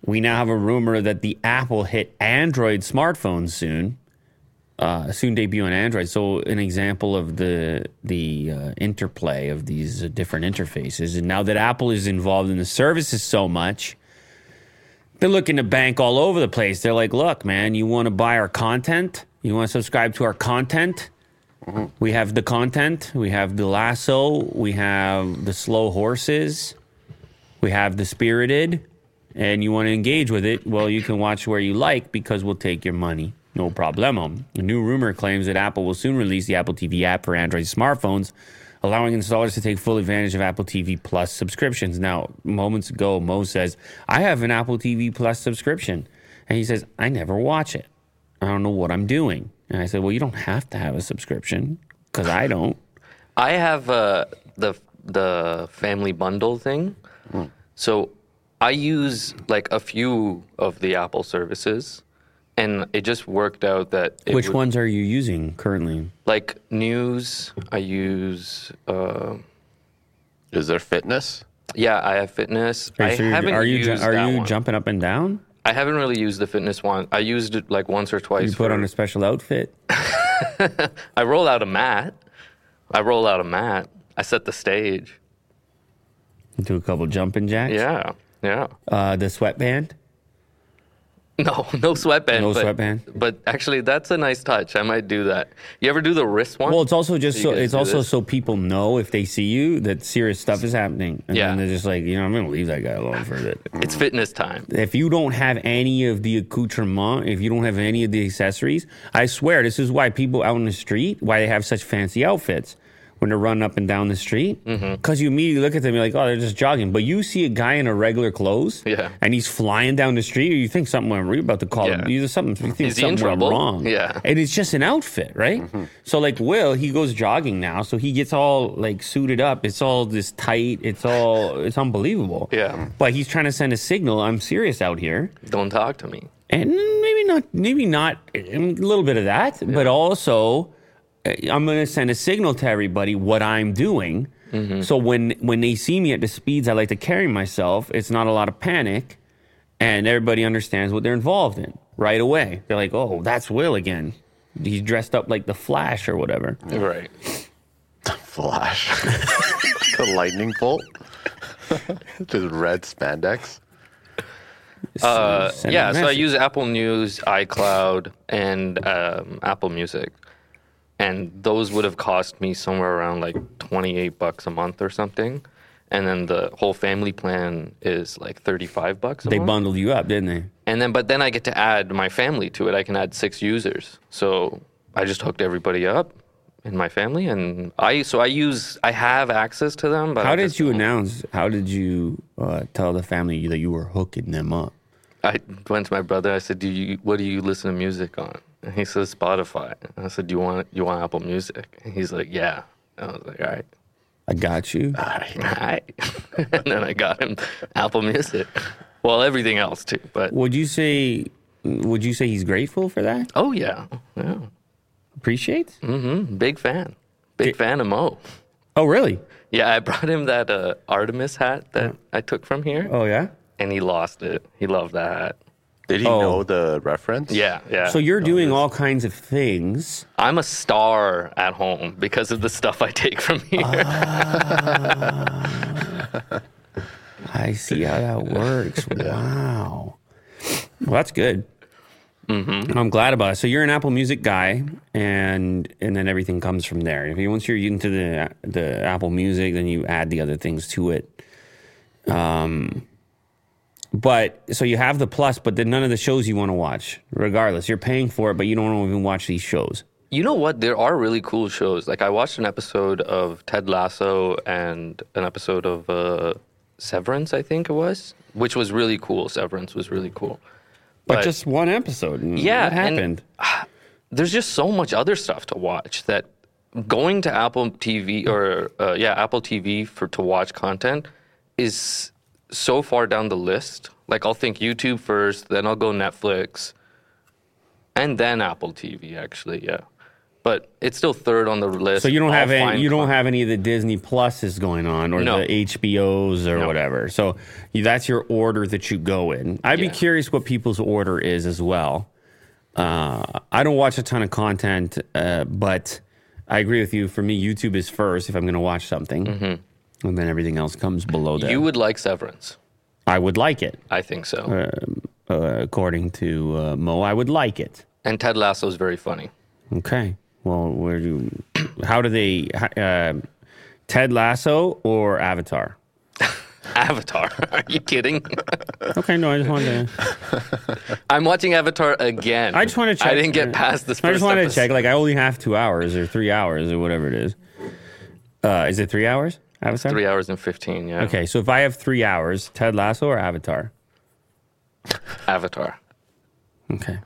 we now have a rumor that the Apple hit Android smartphones soon. Uh, soon debut on Android. So an example of the the uh, interplay of these uh, different interfaces. And now that Apple is involved in the services so much, they're looking to bank all over the place. They're like, look, man, you want to buy our content? You want to subscribe to our content? We have the content. We have the lasso. We have the slow horses. We have the spirited. And you want to engage with it? Well, you can watch where you like because we'll take your money. No problemo. A new rumor claims that Apple will soon release the Apple TV app for Android smartphones, allowing installers to take full advantage of Apple TV Plus subscriptions. Now, moments ago, Mo says, I have an Apple TV Plus subscription. And he says, I never watch it. I don't know what I'm doing. And I said, Well, you don't have to have a subscription because I don't. I have uh, the the family bundle thing. So I use like a few of the Apple services, and it just worked out that it Which would- ones are you using currently? Like news, I use. Uh, Is there fitness? yeah, I have fitness. I so you're- haven't are you ju- used are that you one. jumping up and down? I haven't really used the fitness one. I used it like once or twice. You put for- on a special outfit. I roll out a mat. I roll out a mat. I set the stage. Do a couple jumping jacks. Yeah, yeah. (laughs) Uh, the sweatband. No, no sweatband. No but, sweatband? But actually, that's a nice touch. I might do that. You ever do the wrist one? Well, it's also just You so guys it's do also this? so people know if they see you that serious stuff is happening, and Yeah. then they're just like, you know, I'm gonna leave that guy alone for a bit. it's fitness time. if you don't have any of the accoutrement, if you don't have any of the accessories, I swear this is why people out in the street why they have such fancy outfits when they're running up and down the street because Mm-hmm. you immediately look at them you're like, oh, they're just jogging, but you see a guy in a regular clothes, Yeah. and he's flying down the street, you think something went wrong. You're about to call him. Yeah. You something. You think Is he in something went trouble? wrong. Yeah. (laughs) and it's just an outfit, right? So like Will, he goes jogging now, so he gets all like suited up. It's all this tight. It's all it's unbelievable. Yeah. But he's trying to send a signal. I'm serious out here, Don't talk to me. and maybe not, maybe not I mean, a little bit of that, but also uh, I'm going to send a signal to everybody what I'm doing. Mm-hmm. So when when they see me at the speeds I like to carry myself, it's not a lot of panic, and everybody understands what they're involved in right away. They're like, "Oh, that's Will again. He's dressed up like the Flash or whatever." Right. Flash. (laughs) the lightning bolt. Just red spandex. Uh, Send a yeah. So I message. use Apple News, iCloud, and um, Apple Music, and those would have cost me somewhere around like twenty-eight bucks a month or something. And then the whole family plan is like thirty-five bucks. A They month. bundled you up, didn't they? And then, but then I get to add my family to it. I can add six users. So I just hooked everybody up in my family, and I so I use I have access to them. But How I did just you don't- announce? How did you uh, tell the family that you were hooking them up? I went to my brother. I said, "Do you what do you listen to music on?" And he says Spotify. And I said, "Do you want you want Apple Music?" And he's like, "Yeah." And I was like, "All right." I got you. (laughs) All right. and then I got him Apple Music. Well, everything else too, but Would you say? Would you say he's grateful for that? oh yeah, yeah, Mm-hmm. Appreciates? big fan, big fan of Mo. Oh, really? Yeah, I brought him that uh, Artemis hat that I took from here, Oh, yeah. and he lost it. He loved that hat. Did he Oh. know the reference? Yeah, yeah. So you're doing all kinds of things. I'm a star at home because of the stuff I take from (laughs) here. I see how that works. Wow. Well, that's good. I'm glad about it. So you're an Apple Music guy, and and then everything comes from there. If you once you're into the the Apple Music, then you add the other things to it. Um, but so you have the plus, but then none of the shows you want to watch. Regardless, you're paying for it, but you don't even watch these shows. You know what? There are really cool shows. Like I watched an episode of Ted Lasso and an episode of uh, Severance, I think it was, which was really cool. Severance was really cool. But, But- just one episode. And Yeah, what and- happened? there's just so much other stuff to watch that going to Apple TV or uh, yeah Apple TV for to watch content is so far down the list. Like I'll think YouTube first, then I'll go Netflix, and then Apple TV. Actually, yeah, but it's still third on the list. So you don't I'll have any, find you don't con- have any of the Disney Pluses going on or No. the HBOs or No. whatever. So you, that's your order that you go in. I'd Yeah. be curious what people's order is as well. Uh, I don't watch a ton of content, uh, but I agree with you. For me, YouTube is first if I'm going to watch something, and then everything else comes below that. Mm-hmm. You would like Severance. I would like it, I think so. uh, according to uh, Mo. I would like it. and Ted Lasso is very funny. (laughs) Okay. Well, where do how do they uh, Ted Lasso or Avatar? Avatar. Are you (laughs) kidding? Okay, no, I just wanted to. I'm watching Avatar again. I just wanted to check. I didn't get past this. First I just wanted to episode. check. Like, I only have two hours or three hours or whatever it is. Uh, is it three hours? Avatar. Three hours and fifteen. Yeah. Okay, so if I have three hours, Ted Lasso or Avatar? Avatar. Okay.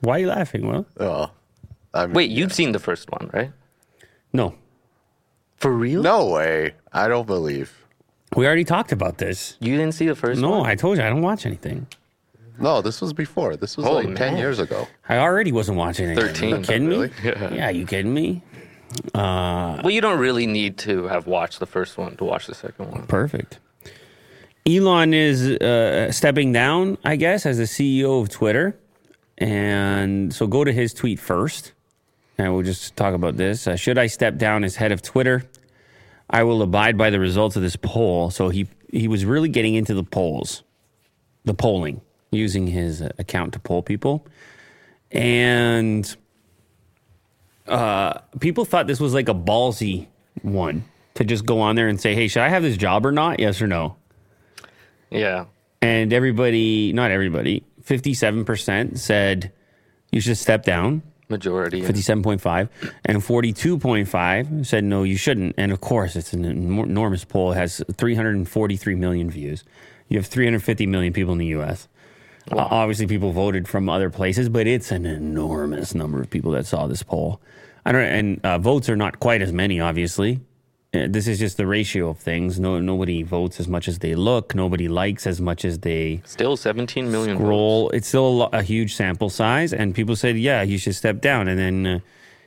Why are you laughing? Well, Oh, I mean, Wait, you've seen the first one, right? no, For real? No way. I don't believe. we already talked about this. You didn't see the first one? No, I told you I don't watch anything. No, this was before. This was Oh, like 10 no. years ago. I already wasn't watching anything. 13. You kidding me? Really? Yeah. you kidding me? Well, you don't really need to have watched the first one to watch the second one. Perfect. Elon is uh, stepping down, I guess, as the CEO of Twitter. And so go to his tweet first. And we'll just talk about this. Uh, should I step down as head of Twitter? I will abide by the results of this poll. So he, he was really getting into the polls, the polling, using his uh, account to poll people. And people thought this was like a ballsy one to just go on there and say, hey, should I have this job or not? Yes or no? Yeah. And everybody, not everybody, 57% said you should step down, Majority. 57.5, and 42.5 said no, you shouldn't. And of course, it's an enor- enormous poll, it has 343 million views. You have 350 million people in the US. O- Obviously, people voted from other places, but it's an enormous number of people that saw this poll. I don't, and uh, votes are not quite as many, obviously. Uh, This is just the ratio of things. No, nobody votes as much as they look. Nobody likes as much as they Still 17 million. roll. It's still a, lo- a huge sample size, and people said, "Yeah, you should step down." And then uh,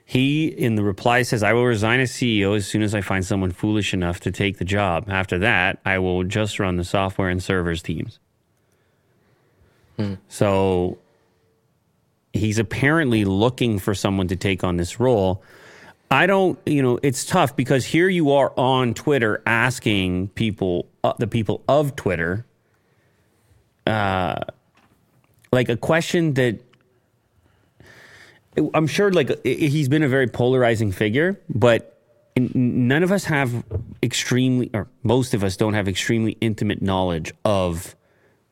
he, in the reply, says, "I will resign as CEO as soon as I find someone foolish enough to take the job. After that, I will just run the software and servers teams." So he's apparently looking for someone to take on this role. I don't, you know, it's tough because here you are on Twitter asking people, uh, the people of Twitter, uh, like a question that I'm sure like i- he's been a very polarizing figure, but n- none of us have extremely or most of us don't have extremely intimate knowledge of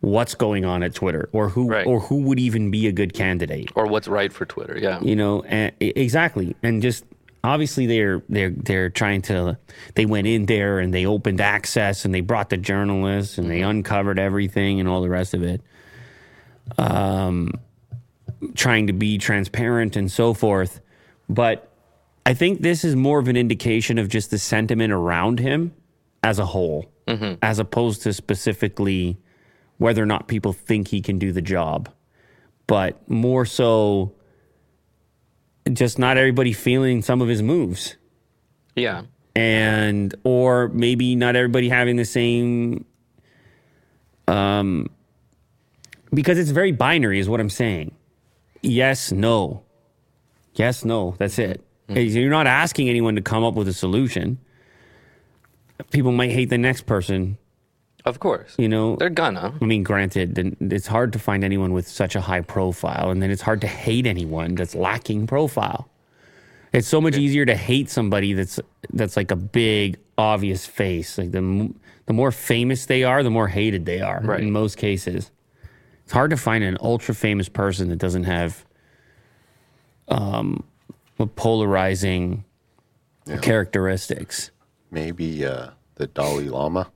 what's going on at Twitter or who Right. or who would even be a good candidate Or what's right for Twitter. Yeah. you know and, exactly and just obviously they're they're they're trying to they went in there and they opened access and they brought the journalists and they uncovered everything and all the rest of it um trying to be transparent and so forth but i think this is more of an indication of just the sentiment around him as a whole as opposed to specifically whether or not people think he can do the job but more so just not everybody feeling some of his moves Yeah. and or maybe not everybody having the same um because it's very binary is what i'm saying yes no yes no that's it you're not asking anyone to come up with a solution people might hate the next person Of course. you know They're gonna. I mean, granted, then it's hard to find anyone with such a high profile, and then it's hard to hate anyone that's lacking profile. It's so much easier to hate somebody that's that's like a big, obvious face. Like the m- the more famous they are, the more hated they are. Right. In most cases, it's hard to find an ultra famous person that doesn't have um, polarizing characteristics. Maybe uh, the Dalai Lama.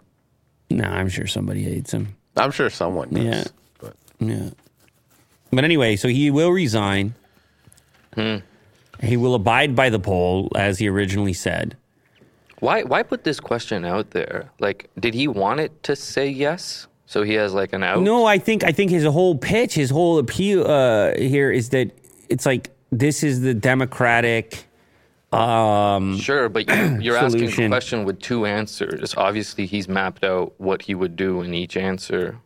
Nah, I'm sure somebody hates him. I'm sure someone does. Yeah. But Yeah. But anyway, so he will resign. He will abide by the poll as he originally said. Why why put this question out there? Like, did he want it to say yes? So he has like an out. No, I think I think his whole pitch, his whole appeal uh, here is that it's like this is the democratic. Um, Sure, but (clears throat) you, you're asking a Solution. question with two answers. Obviously, he's mapped out what he would do in each answer,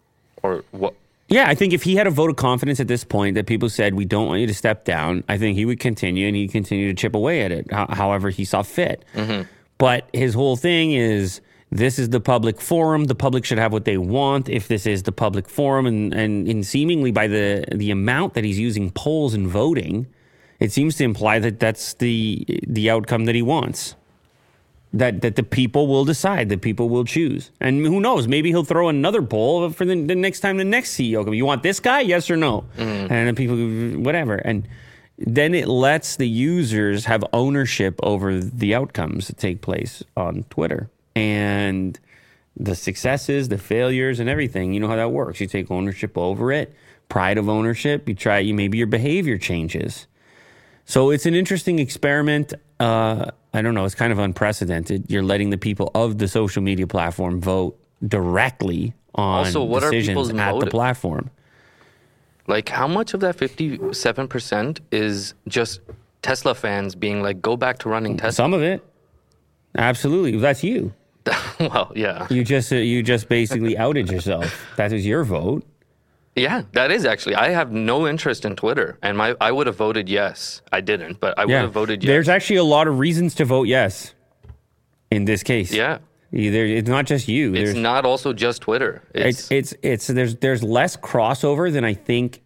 or what. yeah, I think if he had a vote of confidence at this point that people said, we don't want you to step down, I think he would continue and he'd continue to chip away at it, ho- however he saw fit. But his whole thing is this is the public forum. The public should have what they want if this is the public forum. And, and, and seemingly by the, the amount that he's using polls and voting, it seems to imply that that's the, the outcome that he wants. That, that the people will decide, the people will choose. And who knows, maybe he'll throw another poll for the, the next time the next CEO comes. You want this guy? Yes or no? And then people, whatever. And then it lets the users have ownership over the outcomes that take place on Twitter and the successes, the failures, and everything. You know how that works. You take ownership over it, pride of ownership. You try, you, maybe your behavior changes. So it's an interesting experiment. Uh, I don't know. It's kind of unprecedented. You're letting the people of the social media platform vote directly on Also, what are decisions people's at the motive- platform. Like, how much of that fifty-seven percent is just Tesla fans being like, "Go back to running Tesla." (laughs) Some of it, absolutely. That's you. well, yeah, You just uh, you just (laughs) basically outed yourself. That was your vote. yeah, that is actually. I have no interest in Twitter, and my I would have voted yes. I didn't, but I would have voted yes. There's actually a lot of reasons to vote yes. In this case, yeah, Either it's not just you. it's there's not also just Twitter. It's, it's it's it's there's there's less crossover than I think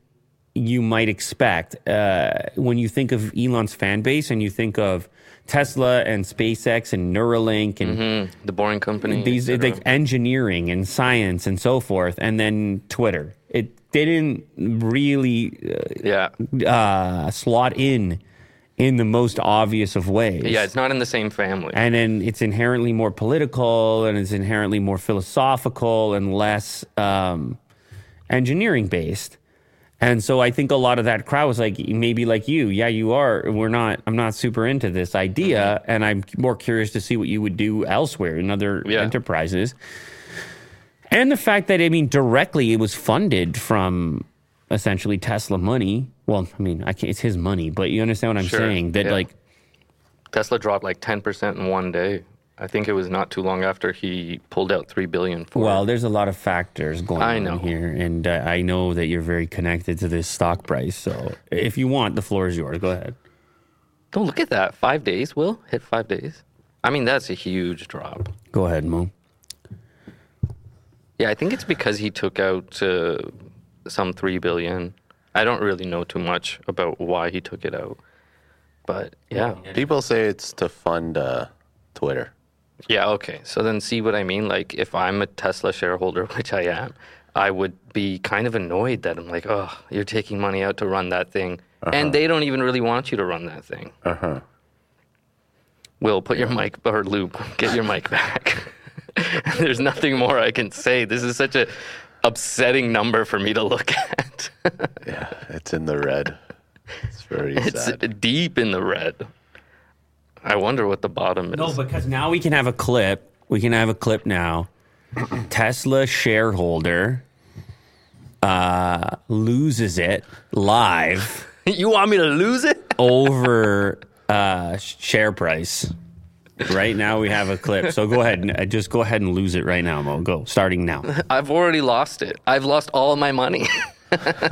you might expect uh, when you think of Elon's fan base and you think of Tesla and SpaceX and Neuralink and the boring company. these et cetera. like engineering and science and so forth, and then Twitter. It didn't really yeah, uh, uh, slot in in the most obvious of ways. yeah, it's not in the same family. And then it's inherently more political and it's inherently more philosophical and less um, engineering based. And so I think a lot of that crowd was like, maybe like you, yeah, you are. We're not, I'm not super into this idea. Mm-hmm. And I'm more curious to see what you would do elsewhere in other Yeah. enterprises. And the fact that, I mean, directly it was funded from essentially Tesla money. Well, I mean, I can't, it's his money, but you understand what I'm Sure, saying? That yeah. like, Tesla dropped like 10% in one day. I think it was not too long after he pulled out 3 billion for Well, it. there's a lot of factors going I on know. here, and uh, I know that you're very connected to this stock price. So, if you want, the floor is yours. Go ahead. Don't look at that. 5 days, Will? Hit 5 days. I mean, that's a huge drop. Go ahead, Mo. Yeah, I think it's because he took out uh, some 3 billion. I don't really know too much about why he took it out. But yeah. People say it's to fund uh, Twitter. Yeah, okay. So then see what I mean? Like if I'm a Tesla shareholder, (laughs) which I am, I would be kind of annoyed that I'm like, "Oh, you're taking money out to run that thing." And they don't even really want you to run that thing. Uh-huh. Will, put your mic or loop, (laughs) get your mic back. (laughs) There's nothing more I can say. This is such a upsetting number for me to look (laughs) at. Yeah, it's in the red. It's very it's sad. deep in the red. I wonder what the bottom is. No, because now we can have a clip. We can have a clip now. (clears throat) Tesla shareholder uh, loses it live (laughs) you want me to lose it? over uh, share price. Right now we have a clip. So go ahead and uh, just go ahead and lose it right now, Mo. Go starting (laughs) now. I've already lost it. I've lost all my money. (laughs)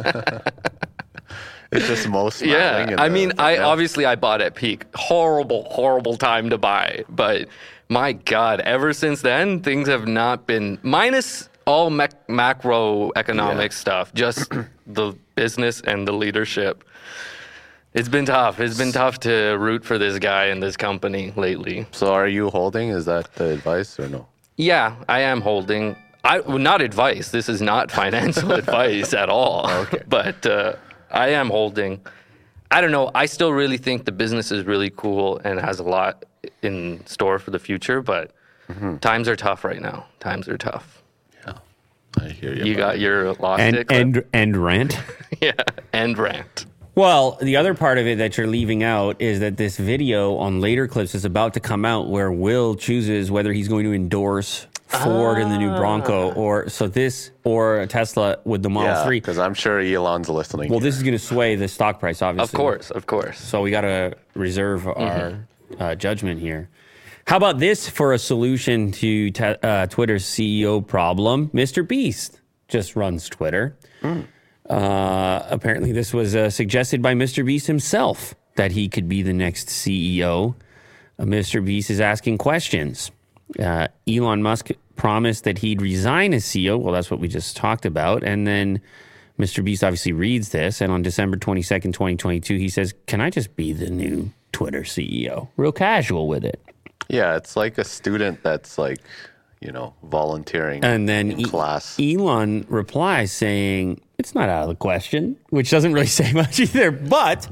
It's just most. Yeah, I mean, I obviously I bought at peak. Horrible, horrible time to buy. But my God, ever since then, things have not been minus all mac- macroeconomic stuff. Just the business and the leadership. It's been tough. It's been tough to root for this guy and this company lately. So are you holding? Is that the advice or no? Yeah, I am holding. I well, not advice. This is not (laughs) financial advice at all. But uh, I am holding. I don't know. I still really think the business is really cool and has a lot in store for the future. But Mm-hmm. times are tough right now. Times are tough. I hear you. You got your lost And (laughs) it. clip? end end rant. yeah, end rant. Well, the other part of it that you're leaving out is that this video on later clips is about to come out where Will chooses whether he's going to endorse Ford in the new Bronco or so this or Tesla with the Model 3. because I'm sure Elon's listening. Well, this is going to sway the stock price, obviously. Of course, of (laughs) course. So we got to reserve our uh, judgment here. How about this for a solution to te- uh, Twitter's CEO problem? Mr. Beast just runs Twitter. Uh, apparently, this was uh, suggested by Mr. Beast himself that he could be the next E CEO. Uh, Mr. Beast is asking questions. Uh, Elon Musk promised that he'd resign as CEO. Well, that's what we just talked about. And then Mr. Beast obviously reads this. And on December 22nd, 2022, he says, Can I just be the new Twitter CEO? Real casual with it. yeah, it's like a student that's like, you know, volunteering And then in E- class. Elon replies saying, "It's not out of the question," which doesn't really (laughs) say much either. But,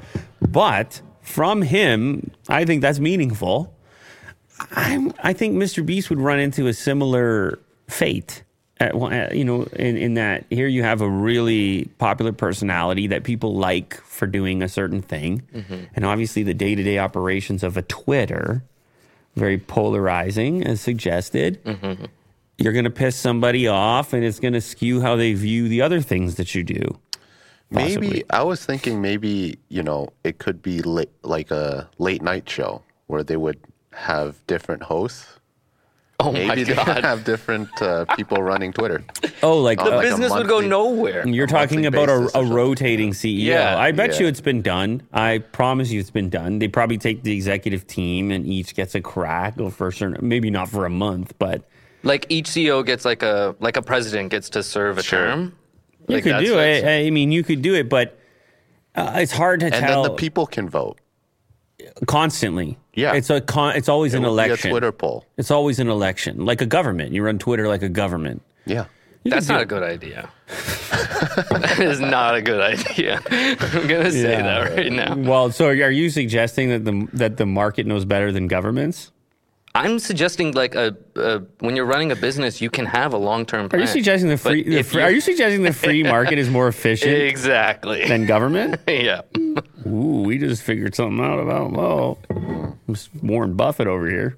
but from him, I think that's meaningful. I I think Mr. Beast would run into a similar fate. At, one- uh, you know, in, in that here you have a really popular personality that people like for doing a certain thing, Mm-hmm. and obviously the day to day operations of a Twitter, very polarizing as suggested you're going to piss somebody off and it's going to skew how they view the other things that you do. Maybe I was thinking maybe you know it could be late, like a late night show where they would have different hosts. Oh my Maybe they would god. have different uh, people running Twitter. Oh, like, The uh, like a Business would go monthly- nowhere. you're a talking monthly about basis a, or a something. rotating CEO. Yeah, I bet yeah. you it's been done. I promise you it's been done. They probably take the executive team and each gets a crack or for a certain, maybe not for a month, but Like each CEO gets like a like a president gets to serve a term. you Like, could that's do what- it. I, I mean, you could do it, but uh, it's hard to And tell then the people can vote. constantly. Yeah. It's a con- it's always an It would be election. A Twitter poll. It's always an election. Like a government. You run Twitter like a government. Yeah. You That's could do not a good idea. that is not a good idea. (laughs) I'm gonna say Yeah. that right now. Well, so are you suggesting that the that the market knows better than governments? I'm suggesting like a, a when you're running a business, you can have a long term Are plan. you suggesting the Eh, But free? The if free are you suggesting the free market is more (laughs) efficient exactly? than government? (laughs) yeah. Ooh, we just figured something out about Mo. It's Warren Buffett over here.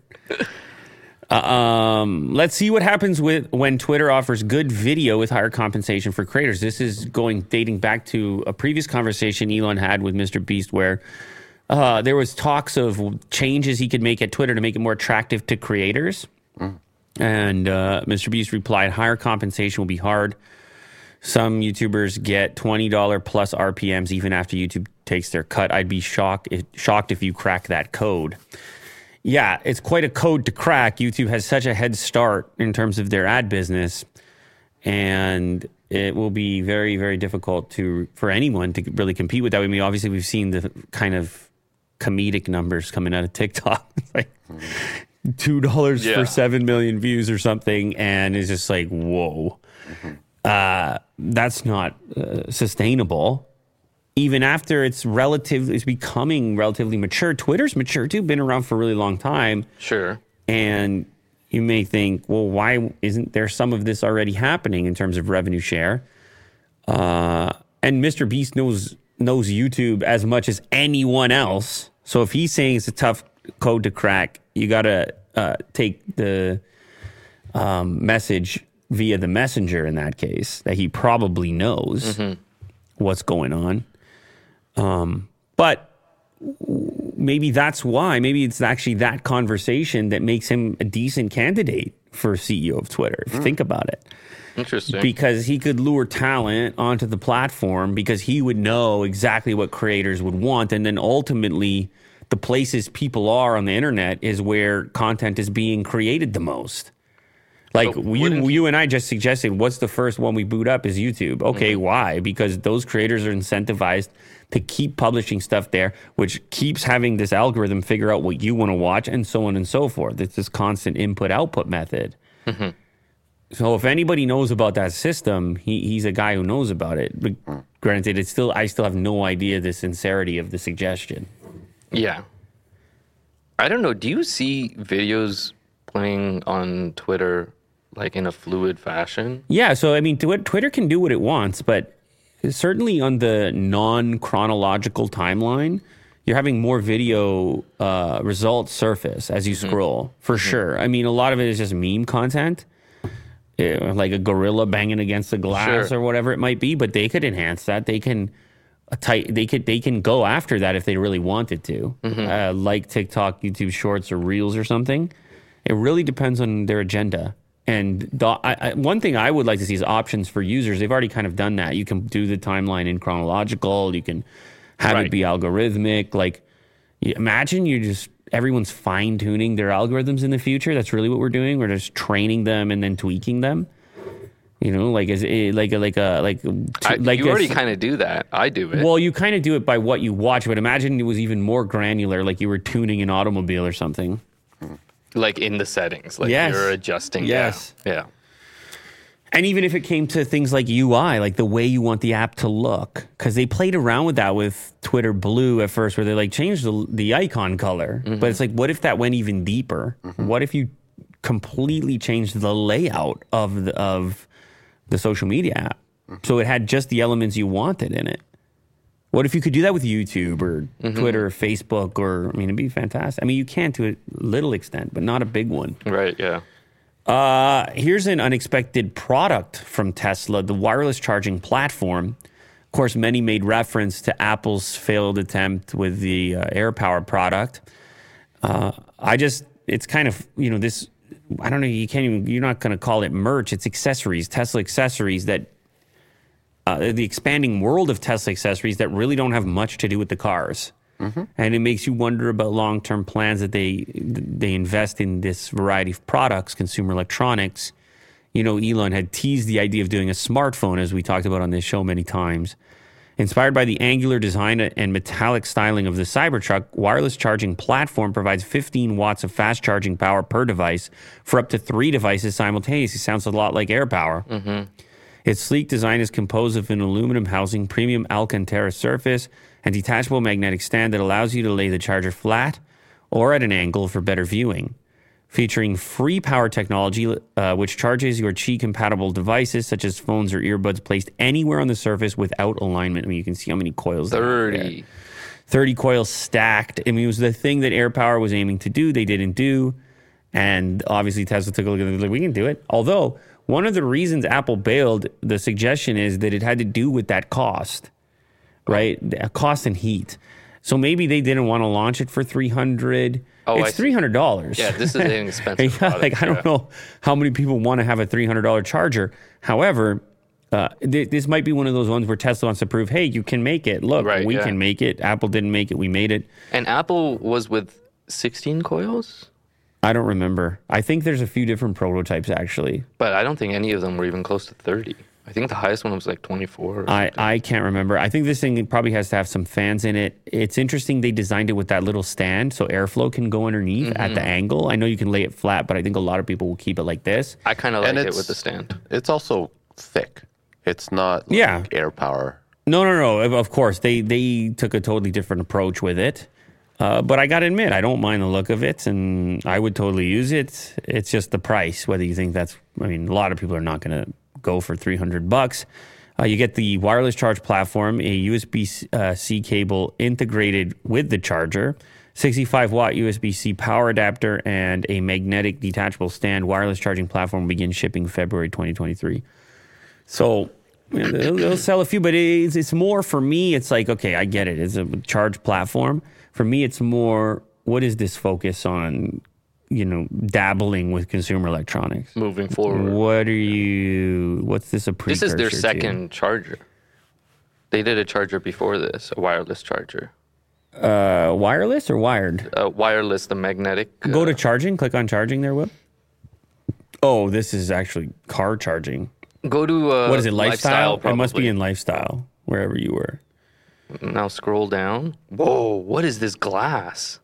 Uh, um, let's see what happens with when Twitter offers good video with higher compensation for creators. This is going dating back to a previous conversation Elon had with Mr. Beast, where uh, there was talks of changes he could make at Twitter to make it more attractive to creators. And uh, Mr. Beast replied, "Higher compensation will be hard." Some YouTubers get twenty dollar plus RPMs even after YouTube takes their cut. I'd be shocked if, shocked if you crack that code. Yeah, it's quite a code to crack. YouTube has such a head start in terms of their ad business, and it will be very very difficult to for anyone to really compete with that. I mean, obviously we've seen the kind of comedic numbers coming out of TikTok, (laughs) It's like two dollars Yeah. for seven million views or something, and it's just like whoa uh, that's not uh, sustainable. Even after it's relative, it's becoming relatively mature. Twitter's mature too, been around for a really long time, Sure. and you may think, well, why isn't there some of this already happening in terms of revenue share? Uh, and Mr. Beast knows knows YouTube as much as anyone else. So if he's saying it's a tough code to crack, you gotta uh, take the um, message via the messenger in that case that he probably knows what's going on. Um, but maybe that's why. Maybe it's actually that conversation that makes him a decent candidate for CEO of Twitter. If you Think about it Interesting. because he could lure talent onto the platform because he would know exactly what creators would want and then ultimately the places people are on the internet is where content is being created the most like But you wouldn't- you and I just suggested what's the first one we boot up is YouTube okay Mm-hmm. why because those creators are incentivized to keep publishing stuff there which keeps having this algorithm figure out what you want to watch and so on and so forth it's this constant input output method so if anybody knows about that system, he, he's a guy who knows about it. But granted, it's still I still have no idea the sincerity of the suggestion. yeah. I don't know. Do you see videos playing on Twitter like in a fluid fashion? Yeah, so I mean, Twi- Twitter can do what it wants, but certainly on the non chronological timeline, you're having more video uh, results surface as you scroll for sure. I mean, a lot of it is just meme content, eh, like a gorilla banging against the glass Sure. or whatever it might be. But they could enhance that. They can. A tight, they could they can go after that if they really wanted to, Mm-hmm. uh, like TikTok, YouTube Shorts, or Reels or something. It really depends on their agenda. And the, I, I, one thing I would like to see is options for users. They've already kind of done that. You can do the timeline in chronological. You can have it Right. be algorithmic. Like, y- imagine you just everyone's fine tuning their algorithms in the future. That's really what we're doing. We're just training them and then tweaking them. You know, like is it like a like a like to- I, like you a- already kind of do that. I do it. well, you kind of do it by what you watch, but imagine it was even more granular, like you were tuning an automobile or something. like in the settings. Like Yes. you're adjusting. Yes. Yeah. yeah. And even if it came to things like UI, like the way you want the app to look, because they played around with that with Twitter Blue at first, where they like changed the, the icon color. But it's like, what if that went even deeper? What if you completely changed the layout of the, of the social media app so it had just the elements you wanted in it? What if you could do that with YouTube or Twitter or Facebook or, I mean, it'd be fantastic. I mean, you can to a little extent, but not a big one. Right. Yeah. Uh, here's an unexpected product from Tesla, the wireless charging platform. Of course, many made reference to Apple's failed attempt with the uh, AirPower product. Uh, I just, it's kind of, you know, this, I don't know, you can't even, you're not going to call it merch. It's accessories, Tesla accessories that, uh, the expanding world of Tesla accessories that really don't have much to do with the cars. And it makes you wonder about long term plans that they they invest in this variety of products, consumer electronics. You know, Elon had teased the idea of doing a smartphone, as we talked about on this show many times. Inspired by the angular design and metallic styling of the Cybertruck, wireless charging platform provides 15 watts of fast charging power per device for up to three devices simultaneously. Sounds a lot like air power. Its sleek design is composed of an aluminum housing, premium Alcantara surface, and detachable magnetic stand that allows you to lay the charger flat or at an angle for better viewing. Featuring free power technology, uh, which charges your Qi compatible devices such as phones or earbuds placed anywhere on the surface without alignment. I mean, you can see how many coils there are there. 30. 30 coils stacked. I mean, it was the thing that Air Power was aiming to do. They didn't do. And obviously, Tesla took a look at it. and was Like, we can do it. Although, one of the reasons Apple bailed, the suggestion is that it had to do with that cost, right? The- Cost and heat. So maybe they didn't want to launch it for 300 Oh, I It's see. $300. Yeah. (laughs) This is an Yeah, expensive. product, like (laughs) I don't yeah. know how many people want to have a three hundred dollar charger. However, uh, th- this might be one of those ones where Tesla wants to prove, hey, you can make it. Look, Right, we yeah. can make it. Apple didn't make it. We made it. And Apple was with 16 coils, I don't remember. I think there's a few different prototypes actually. but I don't think any of them were even close to 30. I think the highest one was like 24. or I, I can't remember. I think this thing probably has to have some fans in it. It's interesting they designed it with that little stand so airflow can go underneath at Mm-hmm. the angle. I know you can lay it flat, but I think a lot of people will keep it like this. I kind of like And it with it's- the stand. It's also thick. It's not like Yeah. air power. No, no, no. Of- Of course, they they took a totally different approach with it. Uh, but I gotta admit, I don't mind the look of it, and I would totally use it. It's just the price. Whether you think that's, I mean, a lot of people are not gonna go for three hundred bucks. Uh, you get the wireless charge platform, a USB uh, C cable integrated with the charger, 65 watt USB C power adapter, and a magnetic detachable stand. Wireless charging platform will begin shipping February 2023. So you know, they'll, they'll sell a few, but it's, it's more for me. It's like, okay, I get it. It's a charge platform. For me, it's more what is this focus on, you know, dabbling with consumer electronics? Moving forward, What are you, what's this a this precursor is their to? second charger. They did a charger before this, a wireless charger, Uh, wireless or wired? uh, wireless, the magnetic. Uh, Go to charging, click on charging there, Whip. Oh, this is actually car charging. go to uh, What is it, lifestyle? it probably. must be in lifestyle, wherever you were. Now scroll down. Whoa, what is this glass?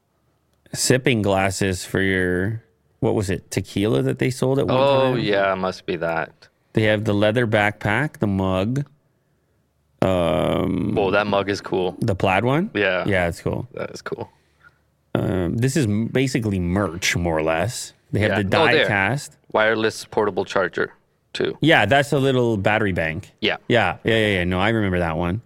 sipping glasses for your what was it tequila that they sold at one Oh time. yeah, must be that. They have the leather backpack, the mug, Whoa, that mug is cool. the plaid one. Yeah. yeah, it's cool. That is cool. Um, this is m- basically merch, more or less. They have Yeah. the Oh, die there. cast. Wireless portable charger. too. Yeah, that's a little battery bank. Yeah. Yeah, yeah, yeah, yeah. No, I remember that one.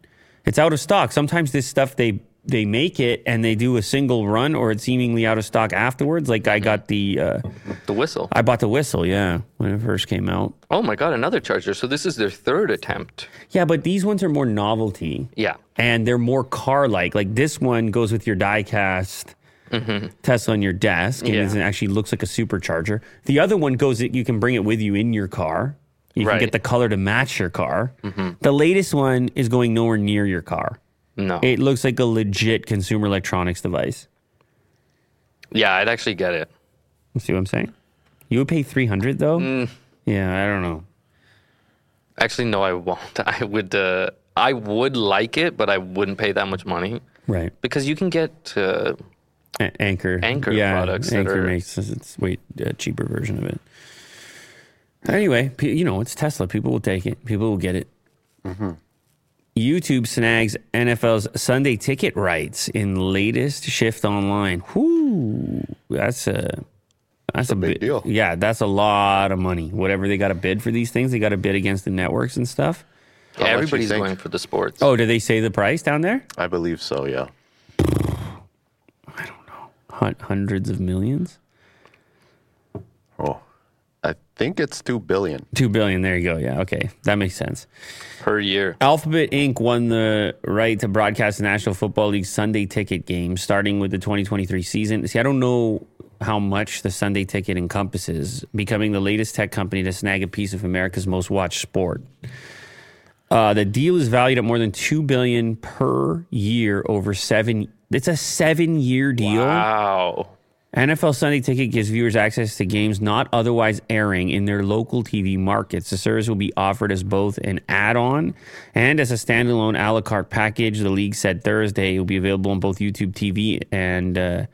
It's out of stock. Sometimes this stuff they they make it and they do a single run or it's seemingly out of stock afterwards. Like Mm-hmm. I got the uh, The whistle. I bought the whistle, yeah, when it first came out. Oh my god, another charger. So this is their third attempt. Yeah, but these ones are more novelty Yeah. and they're more car like. Like this one goes with your die cast Tesla on your desk and Mm-hmm. Yeah. is- it actually looks like a supercharger. The other one goes that you can bring it with you in your car. You can Right. Mm-hmm. get the color to match your car. The latest one is going nowhere near your car. No. It looks like a legit consumer electronics device. yeah, I'd actually get it. You see what I'm saying? You would pay 300 though? Mm. Yeah, I don't know. Actually, no, I won't. (laughs) I would. Uh, I would like it, but I wouldn't pay that much money Right. because you can get. Uh, A- Anchor. Anchor products that Anchor are- makes this- it's way a cheaper version of it. Anyway, pe- you know, it's Tesla. People will take it. People will get it. YouTube snags NFL's Sunday ticket rights in latest shift online. Whoo, that's a that's, a big bit- deal. Yeah, that's a lot of money. Whatever they got to bid for these things, they got to bid against the networks and stuff. much you everybody's think? going for the sports. Oh, did they say the price down there? I believe so, yeah. Hun- Hundreds of millions. Oh. I think it's 2 billion. Two billion. There you go. Yeah. Okay, that makes sense. per year. Alphabet Inc. won the right to broadcast the National Football League Sunday ticket game starting with the 2023 season. See, I don't know how much the Sunday ticket encompasses, becoming the latest tech company to snag a piece of America's most watched sport. Uh, the deal is valued at more than two billion per year over seven. It's a seven-year deal. Wow. NFL Sunday Ticket gives viewers access to games not otherwise airing in their local TV markets. The service will be offered as both an add on and as a standalone a la carte package. The league said Thursday it will be available on both YouTube TV and. Uh,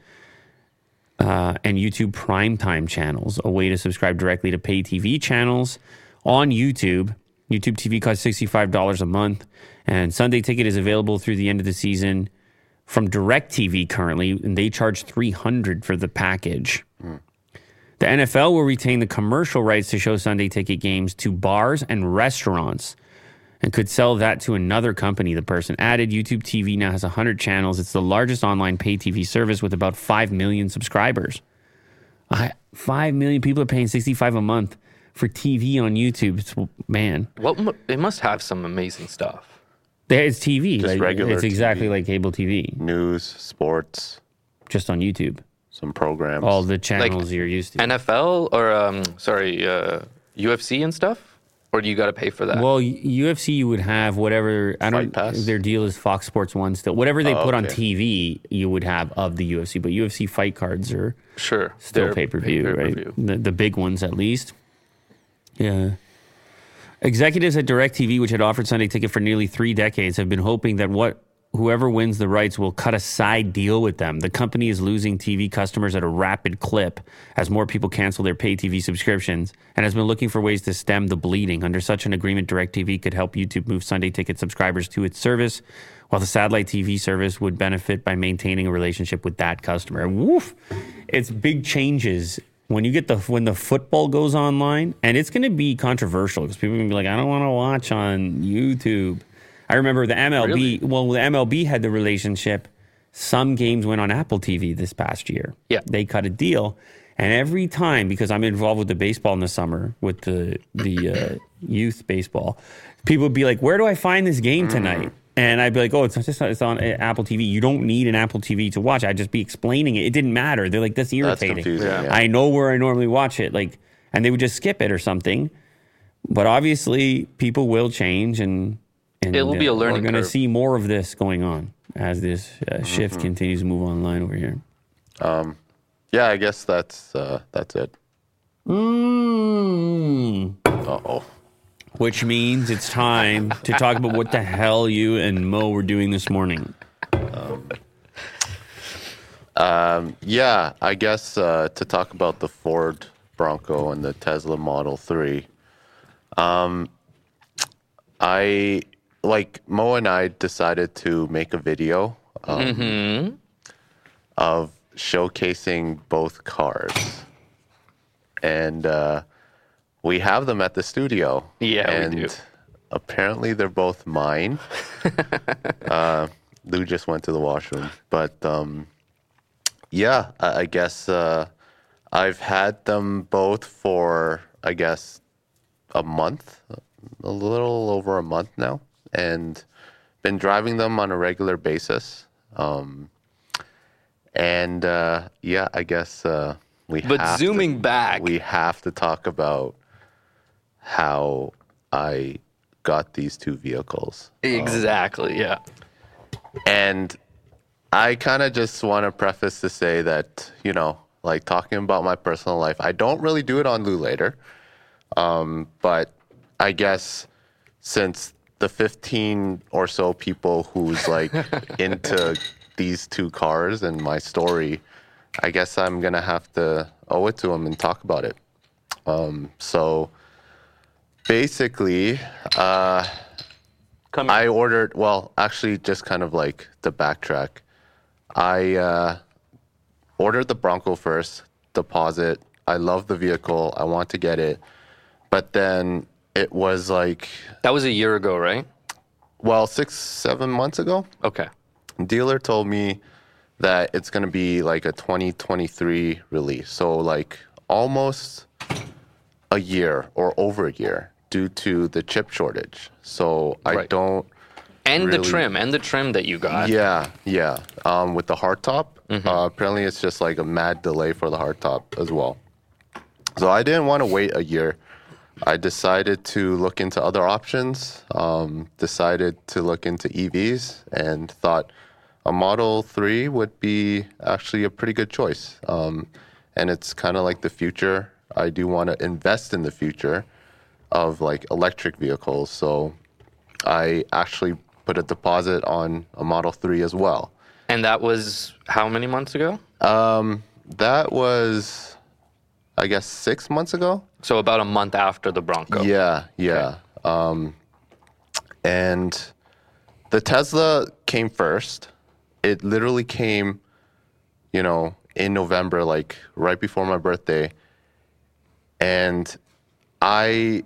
uh, and YouTube primetime channels, a way to subscribe directly to pay TV channels on YouTube. YouTube TV costs $65 a month, and Sunday Ticket is available through the end of the season from DirecTV currently, and they charge 300 for the package. The NFL will retain the commercial rights to show Sunday Ticket games to bars and restaurants and could sell that to another company. The person added YouTube TV now has 100 channels. It's the largest online pay TV service with about 5 million subscribers. I, 5 million people are paying 65 a month for TV on YouTube. It's, man, What mu- they must have some amazing stuff. There- it's TV. Just regular it's exactly TV. like cable TV, News, sports, just on YouTube. some programs. All the channels you're used to. NFL or um, sorry, uh, UFC and stuff, or do you got to pay for that? Well, U- UFC you would have whatever I don't Fight Pass? their deal is Fox Sports 1 still. Whatever they Oh, put on okay. TV, you would have of the UFC, but UFC fight cards are sure, still they're pay per view, right? pay-per-view. The, the big ones, at least. Yeah. Executives at DirecTV, which had offered Sunday Ticket for nearly three decades, have been hoping that what whoever wins the rights will cut a side deal with them. The company is losing TV customers at a rapid clip as more people cancel their pay TV subscriptions and has been looking for ways to stem the bleeding. Under such an agreement, DirecTV could help YouTube move Sunday Ticket subscribers to its service, while the satellite TV service would benefit by maintaining a relationship with that customer. Woof! It's big changes when you get the when the football goes online, and it's going to be controversial because people are going to be like, I don't want to watch on YouTube. I remember the MLB. Really? Well, the MLB had the relationship. Some games went on Apple TV this past year. Yeah. they cut a deal, and every time because I'm involved with the baseball in the summer with the the uh, youth baseball, people would be like, "Where do I find this game Mm. tonight?" And I'd be like, "Oh, it's just it's on uh, Apple TV. You don't need an Apple TV to watch. I'd just be explaining it. It didn't matter. They're like, that's irritating. confusing, Yeah. yeah. I know where I normally watch it. Like, and they would just skip it or something. But obviously, people will change, and, and uh, It will be a learning We're gonna curve. see more of this going on as this uh, shift Mm-hmm. continues to move online over here. yeah, I guess that's uh, that's it. Mm. Uh-oh. Which means it's time to talk about what the hell you and Mo were doing this morning. Yeah, I guess uh, to talk about the Ford Bronco and the Tesla Model 3. Um, I like Mo and I decided to make a video um, Mm-hmm. of showcasing both cars, and uh, We have them at the studio. Yeah, we and do. Apparently, they're (laughs) both mine. uh, Lou just went to the washroom, but um, yeah, I, I guess uh, I've had them both for I guess a month, a little over a month now, and been driving them on a regular basis. Um, and uh, yeah, I guess uh, we. But have to- zooming back, we have to talk about how I got these two vehicles. exactly, yeah. And I kind of just want to preface to say that, you know, like talking about my personal life, I don't really do it on Lou Later. Um, but I guess since the 15 or so people who's like into these two cars and my story, I guess I'm going to have to owe it to them and talk about it. Um, so basically, uh, Come Um, I ordered. Well, actually, just kind of like the backtrack. I uh, ordered the Bronco first, deposit. I love the vehicle. I want to get it, but then it was like, That was a year ago, right? well, six, seven months ago. Okay. Dealer told me that it's gonna be like a 2023 release, so like almost a year or over a year due to the chip shortage. So I Right. don't And the Really? trim, and the trim that you got. Yeah, yeah. Um, with the hard top, uh, apparently it's just like a mad delay for the hard top as well. So I didn't want to wait a year. I decided to look into other options. Um, decided to look into EVs and thought a Model Three would be actually a pretty good choice. Um, and it's kind of like the future. I do want to invest in the future of like electric vehicles. So I actually put a deposit on a Model 3 as well. And that was how many months ago? That was, I guess, six months ago. So about a month after the Bronco. Yeah, yeah. Um, and the Tesla came first. It literally came, you know, in November, like right before my birthday. And I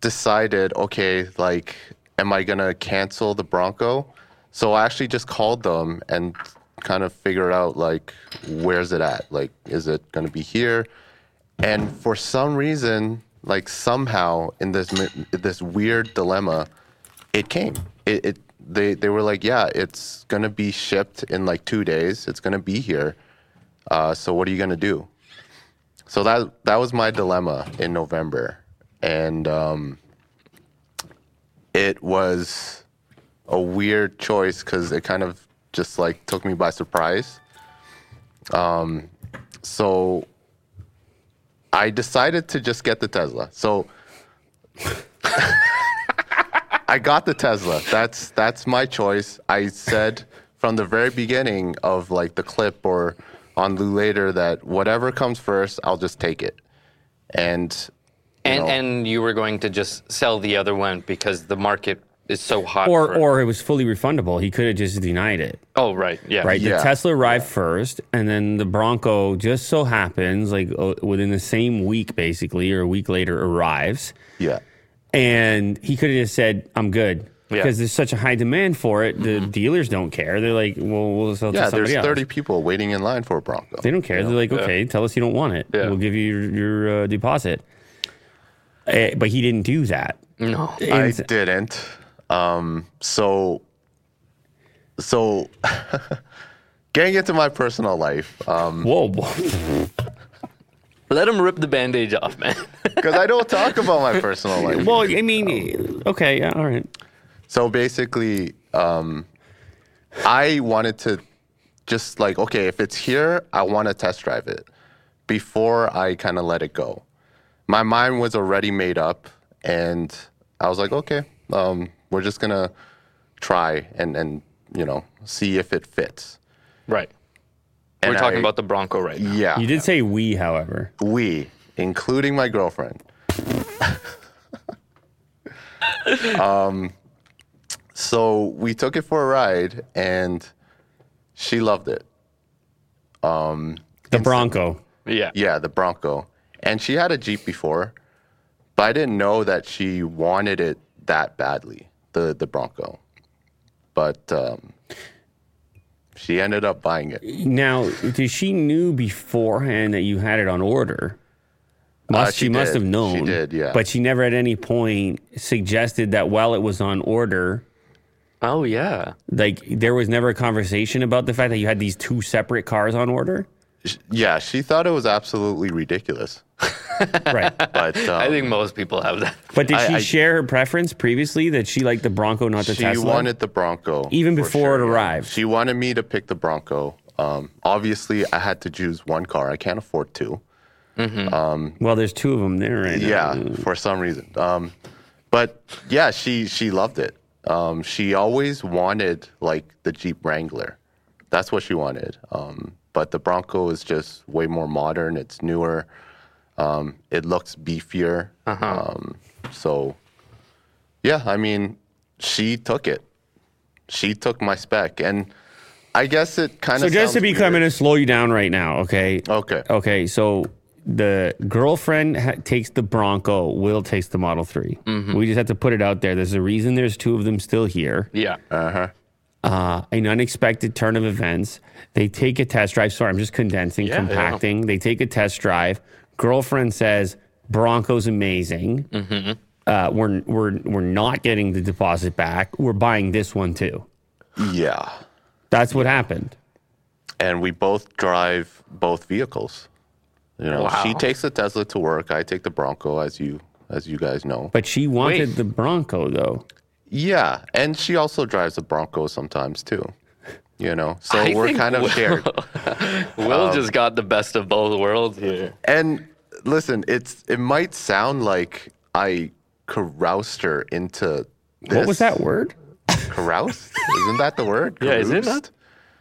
decided, okay, like, am I gonna cancel the Bronco? So I actually just called them and kind of figured out like where's it at? Like, is it gonna be here? And for some reason, like somehow in this mi- this weird dilemma, it came. It, it they they were like, yeah, it's gonna be shipped in like two days. It's gonna be here. Uh, so what are you gonna do? So that that was my dilemma in November, and um, it was a weird choice because it kind of just like took me by surprise. Um, so I decided to just get the Tesla. So (laughs) I got the Tesla. That's that's my choice. I said from the very beginning of like the clip or on Lou later that whatever comes first, I'll just take it. And you And know, and you were going to just sell the other one because the market is so hot. Or for- or it was fully refundable. He could have just denied it. oh right, yeah. Right, Yeah. the Tesla arrived first, and then the Bronco just so happens, like uh, within the same week, basically, or a week later, arrives, yeah. and he could have just said, "I'm good," Yeah. because there's such a high demand for it. The dealers don't care. They're like, "Well, we'll sell it Mm-hmm. Yeah, to somebody there's else." 30 people waiting in line for a Bronco. They don't care. They're like, "Okay, tell us you don't want it. Yeah. We'll give you your, your uh, deposit." Eh, but he didn't do that. Mm-hmm. No. I And- didn't. Um, so, so (laughs) getting into my personal life, uh, whoa, whoa. Let him rip the bandage off, man. (laughs) because I don't talk about my personal life. Well, I mean, (laughs) okay, yeah, all right. So basically, um, I wanted to just like, okay, if it's here, I want to test drive it before I kind of let it go. My mind was already made up, and I was like, okay, um, we're just gonna try and and you know see if it fits. right. And we're talking I- about the Bronco right now. Yeah, You did say we, however. we, including my girlfriend. (laughs) um, Um, so we took it for a ride, and she loved it. The Bronco. Yeah. Yeah, the Bronco, and she had a Jeep before, But I didn't know that she wanted it that badly, the the Bronco. But um, she ended up buying it. Now, did she knew beforehand that you had it on order? Must, Uh, she she, must did. have known. She did, yeah. But she never at any point suggested that while it was on order, Oh yeah. like there was never a conversation about the fact that you had these two separate cars on order. Sh- Yeah, she thought it was absolutely ridiculous. (laughs) Right. But um, I think most people have that. (laughs) But did I- she I- share her preference previously that she liked the Bronco, not the she Tesla? wanted the Bronco Even for before it yeah. arrived. She wanted me to pick the Bronco. Um, obviously, I had to choose one car. I can't afford two. well, there's two of them there right now. yeah for some reason um but yeah she she loved it um she always wanted like the jeep wrangler that's what she wanted um but the bronco is just way more modern it's newer um it looks beefier um so yeah i mean she took it she took my spec and i guess it kind So of just to be clear, Oh. I'm going weird. to slow you down right now, okay? okay Okay, so the girlfriend ha- takes the Bronco, Will takes the Model 3. Mm-hmm. We just have to put it out there. There's a reason there's two of them still here. Yeah. Uh, an unexpected turn of events. They take a test drive. Sorry, I'm just condensing, Yeah, yeah. compacting. They take a test drive. Girlfriend says, Bronco's amazing. Mm-hmm. Uh, we're, we're, we're not getting the deposit back. We're buying this one too. yeah That's what happened. and we both drive both vehicles. You know, Wow. she takes the Tesla to work. I take the Bronco, as you as you guys know. But she wanted Wait. the Bronco though. yeah, and she also drives the Bronco sometimes too. You know, so I we're think kind of Will- (laughs) shared. Will um, just got the best of both worlds here. And listen, it's it might sound like I caroused her into. This. What was that word? Caroused? Isn't that the word? (laughs) Yeah, is it Caroused?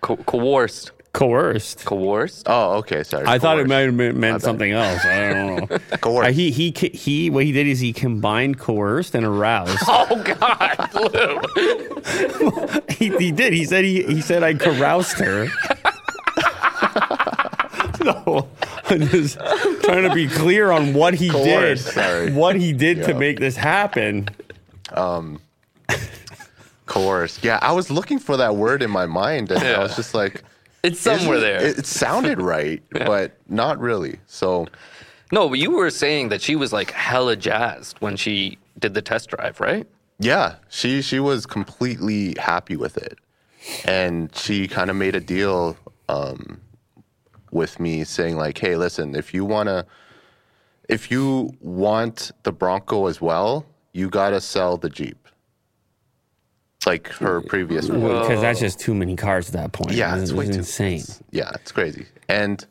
Co- coerced. Coerced. Coerced. Oh, okay. Sorry. I thought it coerced. might have meant- meant something else. I don't (laughs) know. Coerced. Uh, he he ca- he. What he did is he combined coerced and aroused. (laughs) (laughs) Oh God, (laughs) Lou. he, he did. He said he he said I caroused her. (laughs) no, I'm just trying to be clear on what he Coerced, did. sorry. What he did to Yeah. make this happen. Coerced. Yeah, I was looking for that word in my mind, and I Yeah. was just like. It's somewhere Isn't- there. It, (laughs) it sounded right, but not really. So no, but you were saying that she was like hella jazzed when she did the test drive, right? yeah, she she was completely happy with it, and she kind of made a deal um, with me, saying like, "Hey, listen, if you wanna, if you want the Bronco as well, you gotta sell the Jeep." Like her previous one. Because that's just too many cars at that point. Oh. Yeah, This it's is way too insane. yeah, it's crazy. And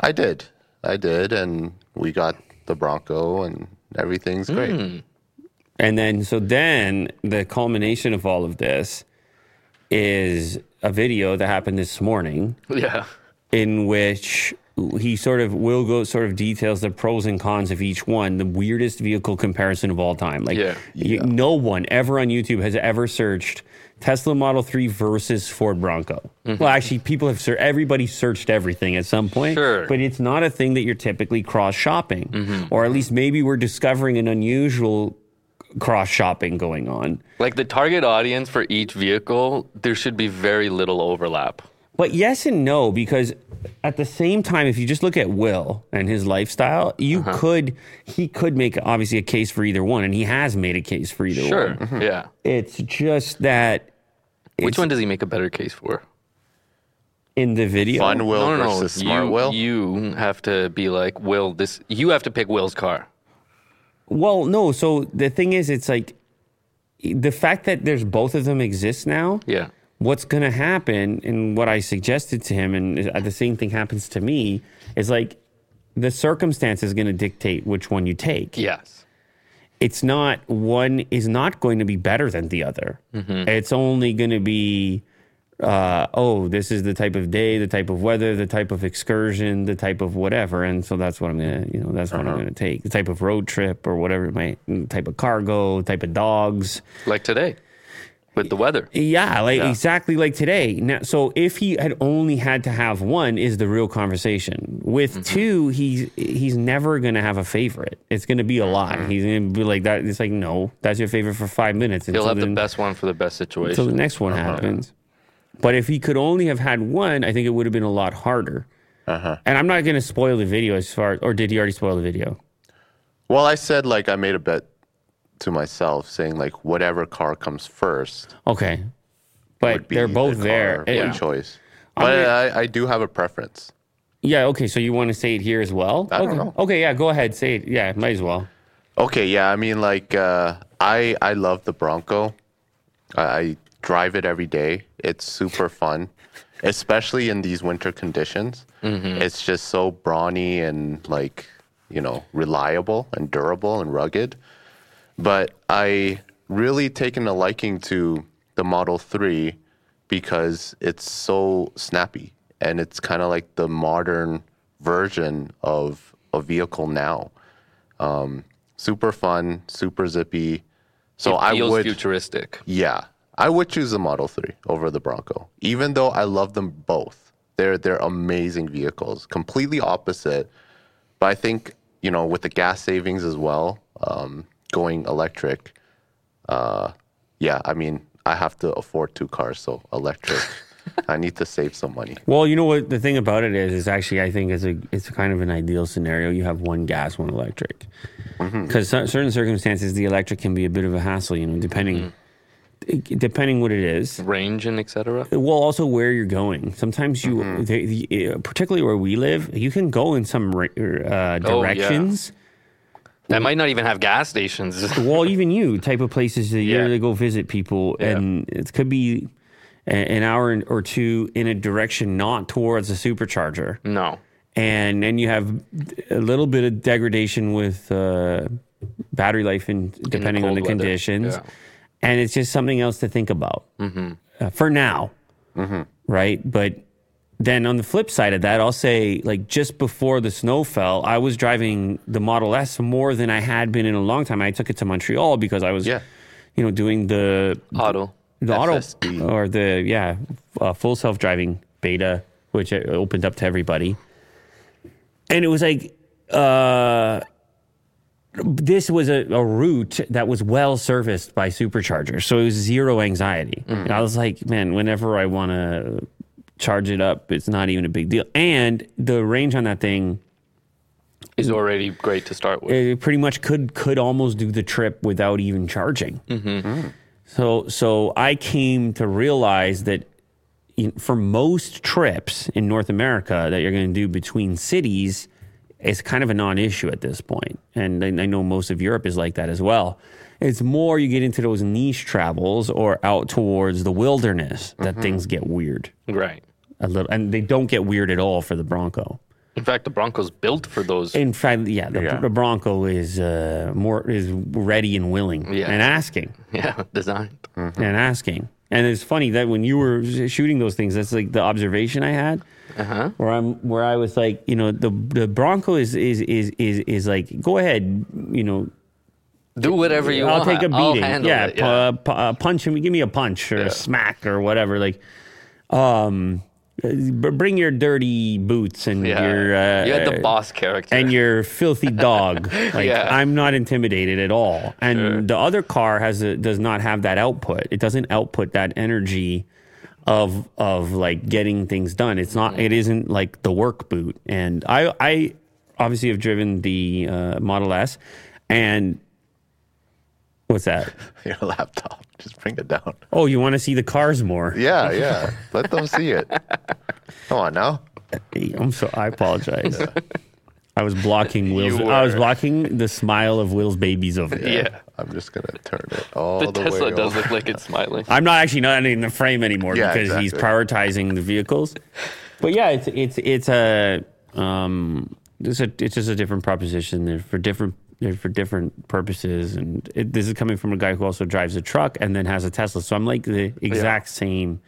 I did. I did, and we got the Bronco, and everything's great. Hmm. And then, so then the culmination of all of this is a video that happened this morning Yeah. in which he sort of will go sort of details the pros and cons of each one, the weirdest vehicle comparison of all time. Like, Yeah. y- no one ever on YouTube has ever searched Tesla Model 3 versus Ford Bronco. Mm-hmm. Well, actually, people have searched, everybody searched everything at some point, Sure. Mm-hmm. but it's not a thing that you're typically cross shopping, or at least maybe we're discovering an unusual cross shopping going on. Like the target audience for each vehicle, there should be very little overlap. But yes and no, because at the same time, if you just look at Will and his lifestyle, you Uh-huh. could he could make obviously a case for either one, and he has made a case for either Sure. Mm-hmm. one. Yeah. It's just that Which one does he make a better case for? in the video, Fun Will no, no, no. versus Smart you, Will. You have to be like, Will, this, you have to pick Will's car. Well, no. So the thing is, it's like the fact that there's both of them exist now. Yeah. What's going to happen, and what I suggested to him, and uh, the same thing happens to me, is like the circumstance is going to dictate which one you take. Yes. it's not one is not going to be better than the other. It's only going to be, uh, oh, this is the type of day, the type of weather, the type of excursion, the type of whatever, and so that's what I'm gonna, you know, that's what I'm gonna take. The type of road trip or whatever it might, type of cargo, type of dogs, Like today. with the weather. Yeah, like Yeah. exactly like today. Now, so if he had only had to have one, is the real conversation. With two, he's he's never gonna have a favorite. It's gonna be a lot. He's gonna be like that. It's like no, that's your favorite for five minutes. He'll until have the then- best one for the best until the situation. next one happens. But if he could only have had one, I think it would have been a lot harder. Uh-huh. And I'm not gonna spoil the video as far. Or did he already spoil the video? Well, I said like I made a bet to myself saying like whatever car comes first Okay, would but be they're both the there. car by Yeah. choice. I'm But gonna- I, I do have a preference. Yeah, okay. So you want to say it here as well? I okay. don't know. Okay, yeah, go ahead. Say it. Yeah, might as well. Okay, yeah, I mean like uh, I I love the Bronco. I, I drive it every day. It's super fun, especially in these winter conditions. Mm-hmm. It's just so brawny and like you know reliable and durable and rugged. But I really taken a liking to the Model Three because it's so snappy and it's kind of like the modern version of a vehicle now Um, super fun, super zippy. So It I feels would, futuristic. yeah, I would choose the Model Three over the Bronco, even though I love them both. They're they're amazing vehicles, completely opposite. But I think you know with the gas savings as well, um, going electric. Uh, yeah, I mean I have to afford two cars, so (laughs) electric. I need to save some money. (laughs) Well, you know what the thing about it is is actually I think it's a it's kind of an ideal scenario. You have one gas, one electric. Mm-hmm. Because certain circumstances, the electric can be a bit of a hassle. You know, depending Mm-hmm. d- depending what it is. Range and etc. Well, also where you're going. Sometimes you, Mm-hmm. they, the, uh, particularly where we live, you can go in some ra- uh, Oh, yeah. directions. That might not even have gas stations. (laughs) well, even you type of places that Yeah. you're to go visit people, Yeah. and it could be a- an hour and- or two in a direction not towards a supercharger, no. and then you have a little bit of degradation with uh, battery life, and depending on cold the weather, conditions, yeah. Mm-hmm. and it's just something else to think about uh, for now, right? But then on the flip side of that, I'll say like just before the snow fell, I was driving the Model S more than I had been in a long time. I took it to Montreal because I was, Yeah. you know, doing the Auto. the FSD. auto or the yeah uh, full self driving beta, which it opened up to everybody, and it was like. uh this was a, a route that was well serviced by superchargers. So it was zero anxiety. And I was like, man, whenever I want to charge it up, it's not even a big deal. And the range on that thing is already great to start with. it pretty much could could almost do the trip without even charging. So so I came to realize that in, for most trips in North America that you're going to do between cities, it's kind of a non-issue at this point. And I, I know most of Europe is like that as well. It's more you get into those niche travels or out towards the wilderness that things get weird right. a little, and they don't get weird at all for the Bronco. In fact, the Broncos built for those. In fact, yeah, the, Yeah. the Bronco is uh, more is ready and willing Yeah. Mm-hmm. and asking (laughs) yeah, designed. and asking. And it's funny that when you were shooting those things, that's like the observation I had, uh-huh. where I'm where I was like, you know, the the Bronco is is is is is like, go ahead, you know, Do whatever you I'll want. take a beating. handle yeah, it, pu- uh, pu- uh, punch him. Give me a punch or Yeah. a smack or whatever. Like, um, uh, b- bring your dirty boots and yeah. your uh, you had the boss character. and your filthy dog. (laughs) Like Yeah. I'm not intimidated at all. And Sure. the other car has a, does not have that output. It doesn't output that energy of of like getting things done. It's not. Mm. It isn't like the work boot. And I I obviously have driven the uh, Model S, and what's that? Your laptop, (laughs) just bring it down. Oh, you want to see the cars more? (laughs) Yeah, yeah. Let them see it. Come on now. I'm so. I (laughs) apologize. I was blocking Will's. You I was were. blocking the smile of Will's babies (laughs) over there. yeah. I'm just gonna turn it (laughs) all The, the, Tesla way. does Over. look like it's (laughs) smiling. I'm not actually not in the frame anymore Yeah, because he's exactly. prioritizing the vehicles. But yeah, it's it's it's a um, it's a it's just a different proposition. They're for different they're for different purposes, and it, this is coming from a guy who also drives a truck and then has a Tesla. So I'm like the exact same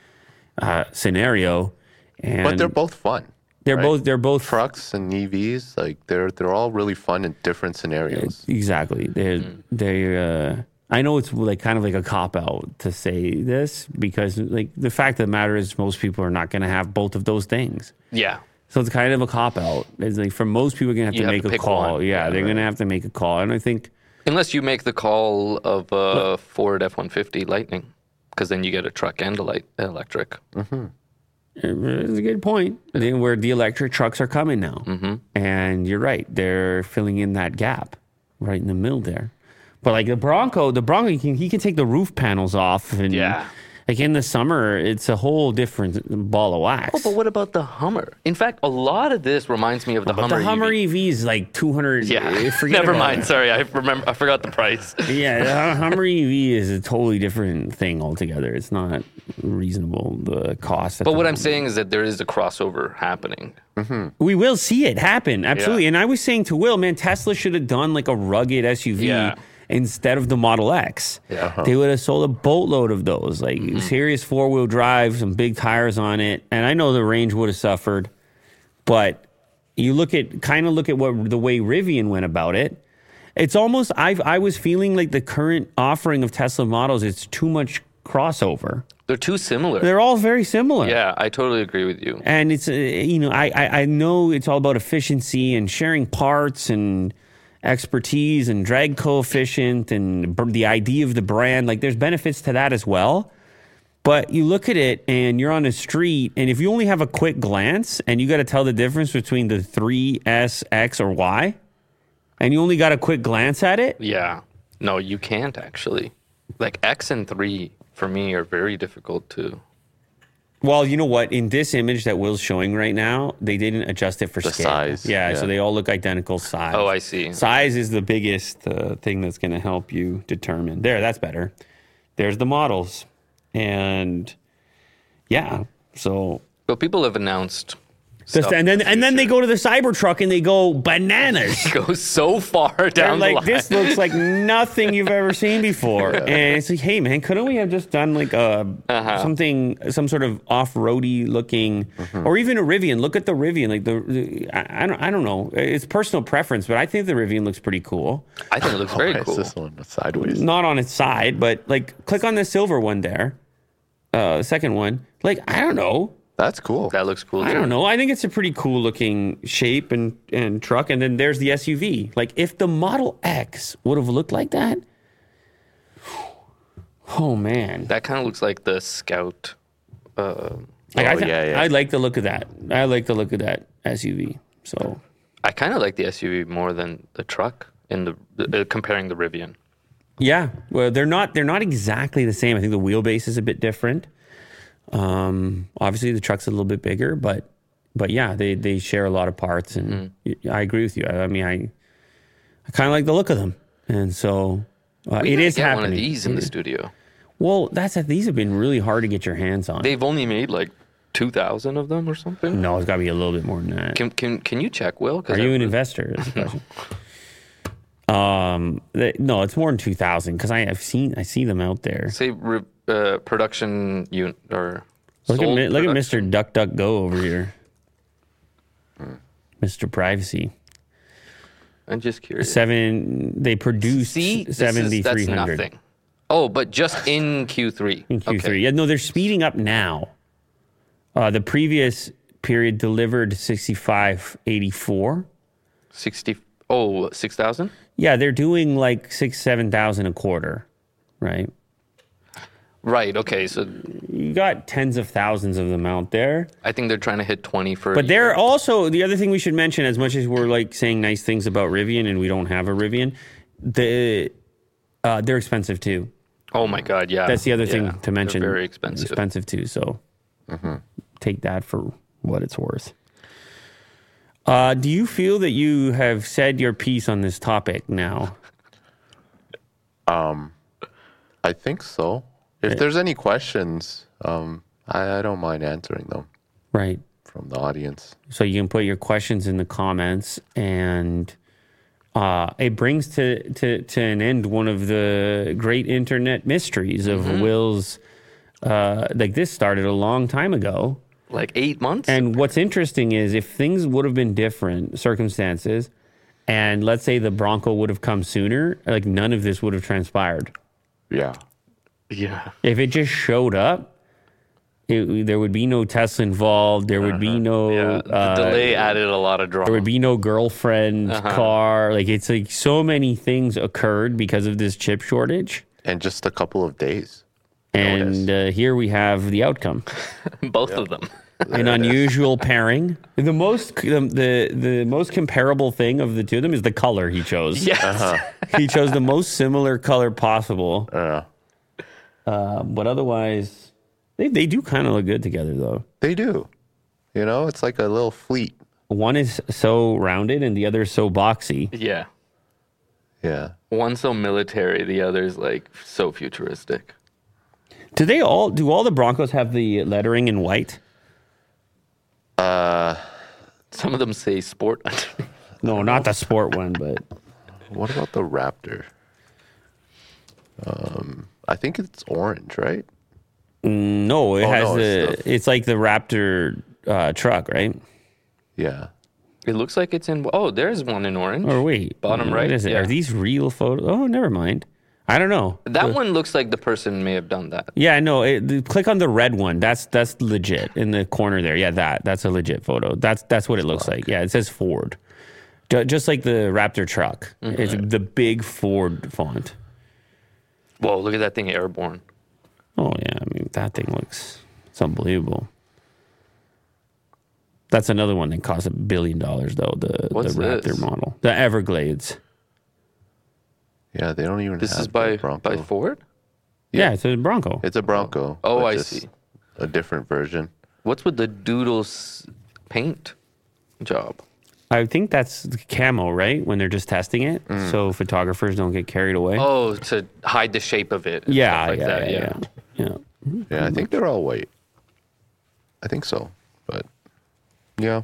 uh, scenario. And But they're both fun. they're right? both they're both trucks and E EVs. Like they're they're all really fun in different scenarios. Hmm. Exactly. They they uh, I know it's like kind of like a cop out to say this because like the fact of the matter is most people are not going to have both of those things. Yeah. So it's kind of a cop out. It's like for most people, going to have You to have make to a pick call. one. Yeah, Yeah, they're right. going to have to make a call, and I think Unless you make the call of a Ford F 150 Lightning, because then you get a truck and a light electric. It's a good point. Then where the electric trucks are coming now, Mm-hmm. and you're right, they're filling in that gap right in the middle there. But like the Bronco, the Bronco he can, he can take the roof panels off, and Yeah. like in the summer, it's a whole different ball of wax. Oh, but what about the Hummer? In fact, a lot of this reminds me of the But Hummer. the Hummer EV. EV is like two hundred. (laughs) Yeah. forget Never about mind. it. Sorry, I remember. I forgot the price. (laughs) Yeah, the Hummer EV is a totally different thing altogether. It's not reasonable the cost. But what I'm saying is that there is a crossover happening. we will see it happen absolutely Yeah. and i was saying to will man tesla should have done like a rugged suv Yeah. instead of the model x Yeah. Uh-huh. Mm-hmm. they would have sold a boatload of those like serious four-wheel drive some big tires on it and i know the range would have suffered but you look at kind of look at what the way rivian went about it it's almost i i was feeling like the current offering of tesla models it's too much crossover They're too similar. they're all very similar yeah, I totally agree with you. and it's uh, you know I, I I know it's all about efficiency and sharing parts and expertise and drag coefficient and br- the idea of the brand. Like there's benefits to that as well. But you look at it and you're on a street, and if you only have a quick glance and you got to tell the difference between the three S, X, or Y, and you only got a quick glance at it, Yeah. No, you can't actually. Like X and 3 for me are very difficult to. Well, you know what? In this image that Will's showing right now, they didn't adjust it for The scale. size, Yeah, yeah. so they all look identical size. Oh, I see. Size is the biggest uh, thing that's going to help you determine. There, that's better. There's the models. And yeah, so. But people have announced. (laughs) Just, stuff and in then the and then they go to the Cybertruck and they go bananas. future. go so far They're down the like, line. this looks like nothing you've ever seen before. And it's like, hey man, couldn't we have just done like a something, some sort of off-roady looking, or even a Rivian? Look at the Rivian. Like the, the- I, I don't, I don't know. It's personal preference, but I think the Rivian looks pretty cool. I think (laughs) it Oh, looks very (laughs) Why is cool. this one sideways? Not on its side, but like, click on the silver one there, uh, second one. Like, I don't know. That's cool. That looks cool. I too. don't know. I think it's a pretty cool looking shape and, and truck. And then there's the SUV. Like if the Model X would have looked like that, (sighs) oh man. That kind of looks like the Scout. Uh, Like, I, Oh, yeah, yeah. I like the look of that. I like the look of that SUV. So I kind of like the SUV more than the truck in the, the uh, comparing the Rivian. yeah, well they're not they're not exactly the same. I think the wheelbase is a bit different. Um, obviously the truck's a little bit bigger, but but yeah, they they share a lot of parts, and Mm-hmm. y- I agree with you. I, I mean, I I kind of like the look of them, and so uh, We it gotta is get happening. one of these in the studio. Well, that's it. These have been really hard to get your hands on. They've only made like two thousand of them or something. no, it's got to be a little bit more than that. Can can can you check, Will? 'Cause Are you I- an investor? Is the question. Um, th- no, it's more than two thousand because I have seen I see them out there. say re, uh, production unit or Look at sold mi- look at production. Hmm. Mister Duck Duck Go over here, Mister Privacy. I'm just curious. Seven. They produced See, this seventy is, that's three hundred nothing. Oh, but just in Q3. in Q three. Okay. Yeah, no, they're speeding up now. Uh, the previous period delivered sixty five eighty four. 60 Oh, 6,000? Yeah, they're doing like six, seven thousand a quarter, right? Right. Okay. So You got tens of thousands of them out there. I think they're trying to hit 20 for. But they're also the other thing we should mention, as much as we're like saying nice things about Rivian and we don't have a Rivian, the uh, they're expensive too. Oh my God. Yeah. That's the other Yeah, thing to they're mention. very expensive. Mm-hmm. Expensive too. So take that for what it's worth. Uh, do you feel that you have said your piece on this topic (laughs) now? I think so. If there's any questions, um, I, I don't mind answering them Right. from the audience. So you can put your questions in the comments, and uh, it brings to, to to an end one of the great internet mysteries of Mm-hmm. Will's. Uh, like this started a long time ago, Like eight months? and what's interesting is if things would have been different circumstances, and let's say the Bronco would have come sooner, like none of this would have transpired. Yeah. Yeah. If it just showed up, it, there would be no Tesla involved. There would be no Uh-huh. Yeah. uh, the delay added a lot of drama. There would be no girlfriend car. Like it's like so many things occurred because of this chip shortage. And just a couple of days. And uh, here we have the outcome. Both of them. (laughs) An unusual pairing. The most the, the the most comparable thing of the two of them is the color he chose. Yes. he chose the most similar color possible. Uh, Um, but otherwise, they they do kind of look good together though. they do. You know, it's like a little fleet. One is so rounded and the other is so boxy. Yeah. Yeah. One's so military, the other's like so futuristic. Do they all do all the Broncos have the lettering in white? Some of them say sport. (laughs) underneath. No, not the sport one, but What about the Raptor? Um, I think it's orange, right? No, it Oh, has no, the. it's It's, like the Raptor uh, truck, right? Yeah. it looks like it's in. Oh, there's one in orange. Or wait, Bottom what right, Is it? yeah. Are these real photos? Oh, never mind. I don't know. That one looks like the person may have done that. Yeah, no. It, the- click on the red one. That's that's legit in the corner there. Yeah, that that's a legit photo. That's that's what it looks like. Yeah, it says Ford, Ju- just like the Raptor truck. Mm-hmm. It's the big Ford font. Whoa, look at that thing airborne. Oh yeah, I mean that thing looks it's unbelievable. That's another one that costs a billion dollars though. The What's the Raptor this? model, the Everglades. Yeah, they don't even This have is the by Bronco. by Ford. Yeah, it's a Bronco. It's a Bronco. Oh, but I just see. A different version. What's with the doodles paint job? I think that's the camo, right? When they're just testing it, so photographers don't get carried away. Mm. Oh, to hide the shape of it. and yeah, stuff like yeah, that, yeah, yeah, yeah. Yeah, I think they're all white. I think so. But yeah.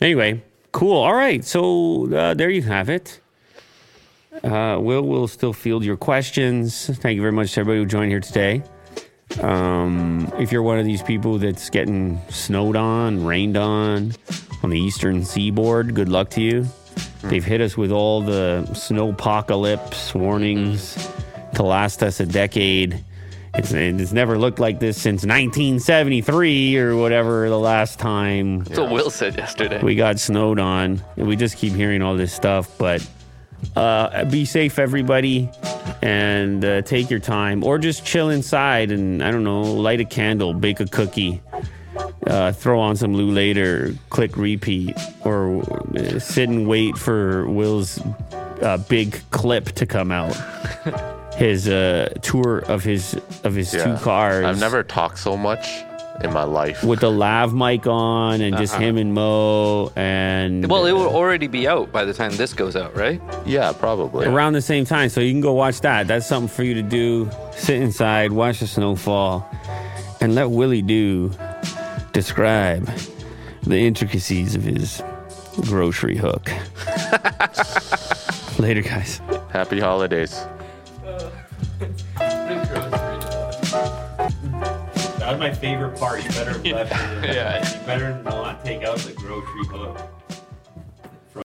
Anyway, cool. All right, so uh, there you have it. Uh, Will will still field your questions. Thank you very much to everybody who joined here today. Um, if you're one of these people that's getting snowed on, rained on on the eastern seaboard, good luck to you. They've hit us with all the snowpocalypse warnings to last us a decade. It's, it's never looked like this since 1973 or whatever the last time That's what Will said yesterday. we got snowed on and we just keep hearing all this stuff but uh, be safe everybody and uh, take your time or just chill inside and i don't know light a candle bake a cookie uh, throw on some lou later click repeat or uh, sit and wait for will's uh, big clip to come out (laughs) his uh, tour of his of his Yeah. two cars I've never talked so much in my life. with the lav mic on and just Uh-huh. him and mo and Well, it will already be out by the time this goes out, right? Yeah, probably. around the same time. So you can go watch that. That's something for you to do. Sit inside, watch the snowfall, and let Willie do describe the intricacies of his grocery hook. Later, guys. Happy holidays. That was my favorite part. You better left Yeah. better not take out the grocery hook.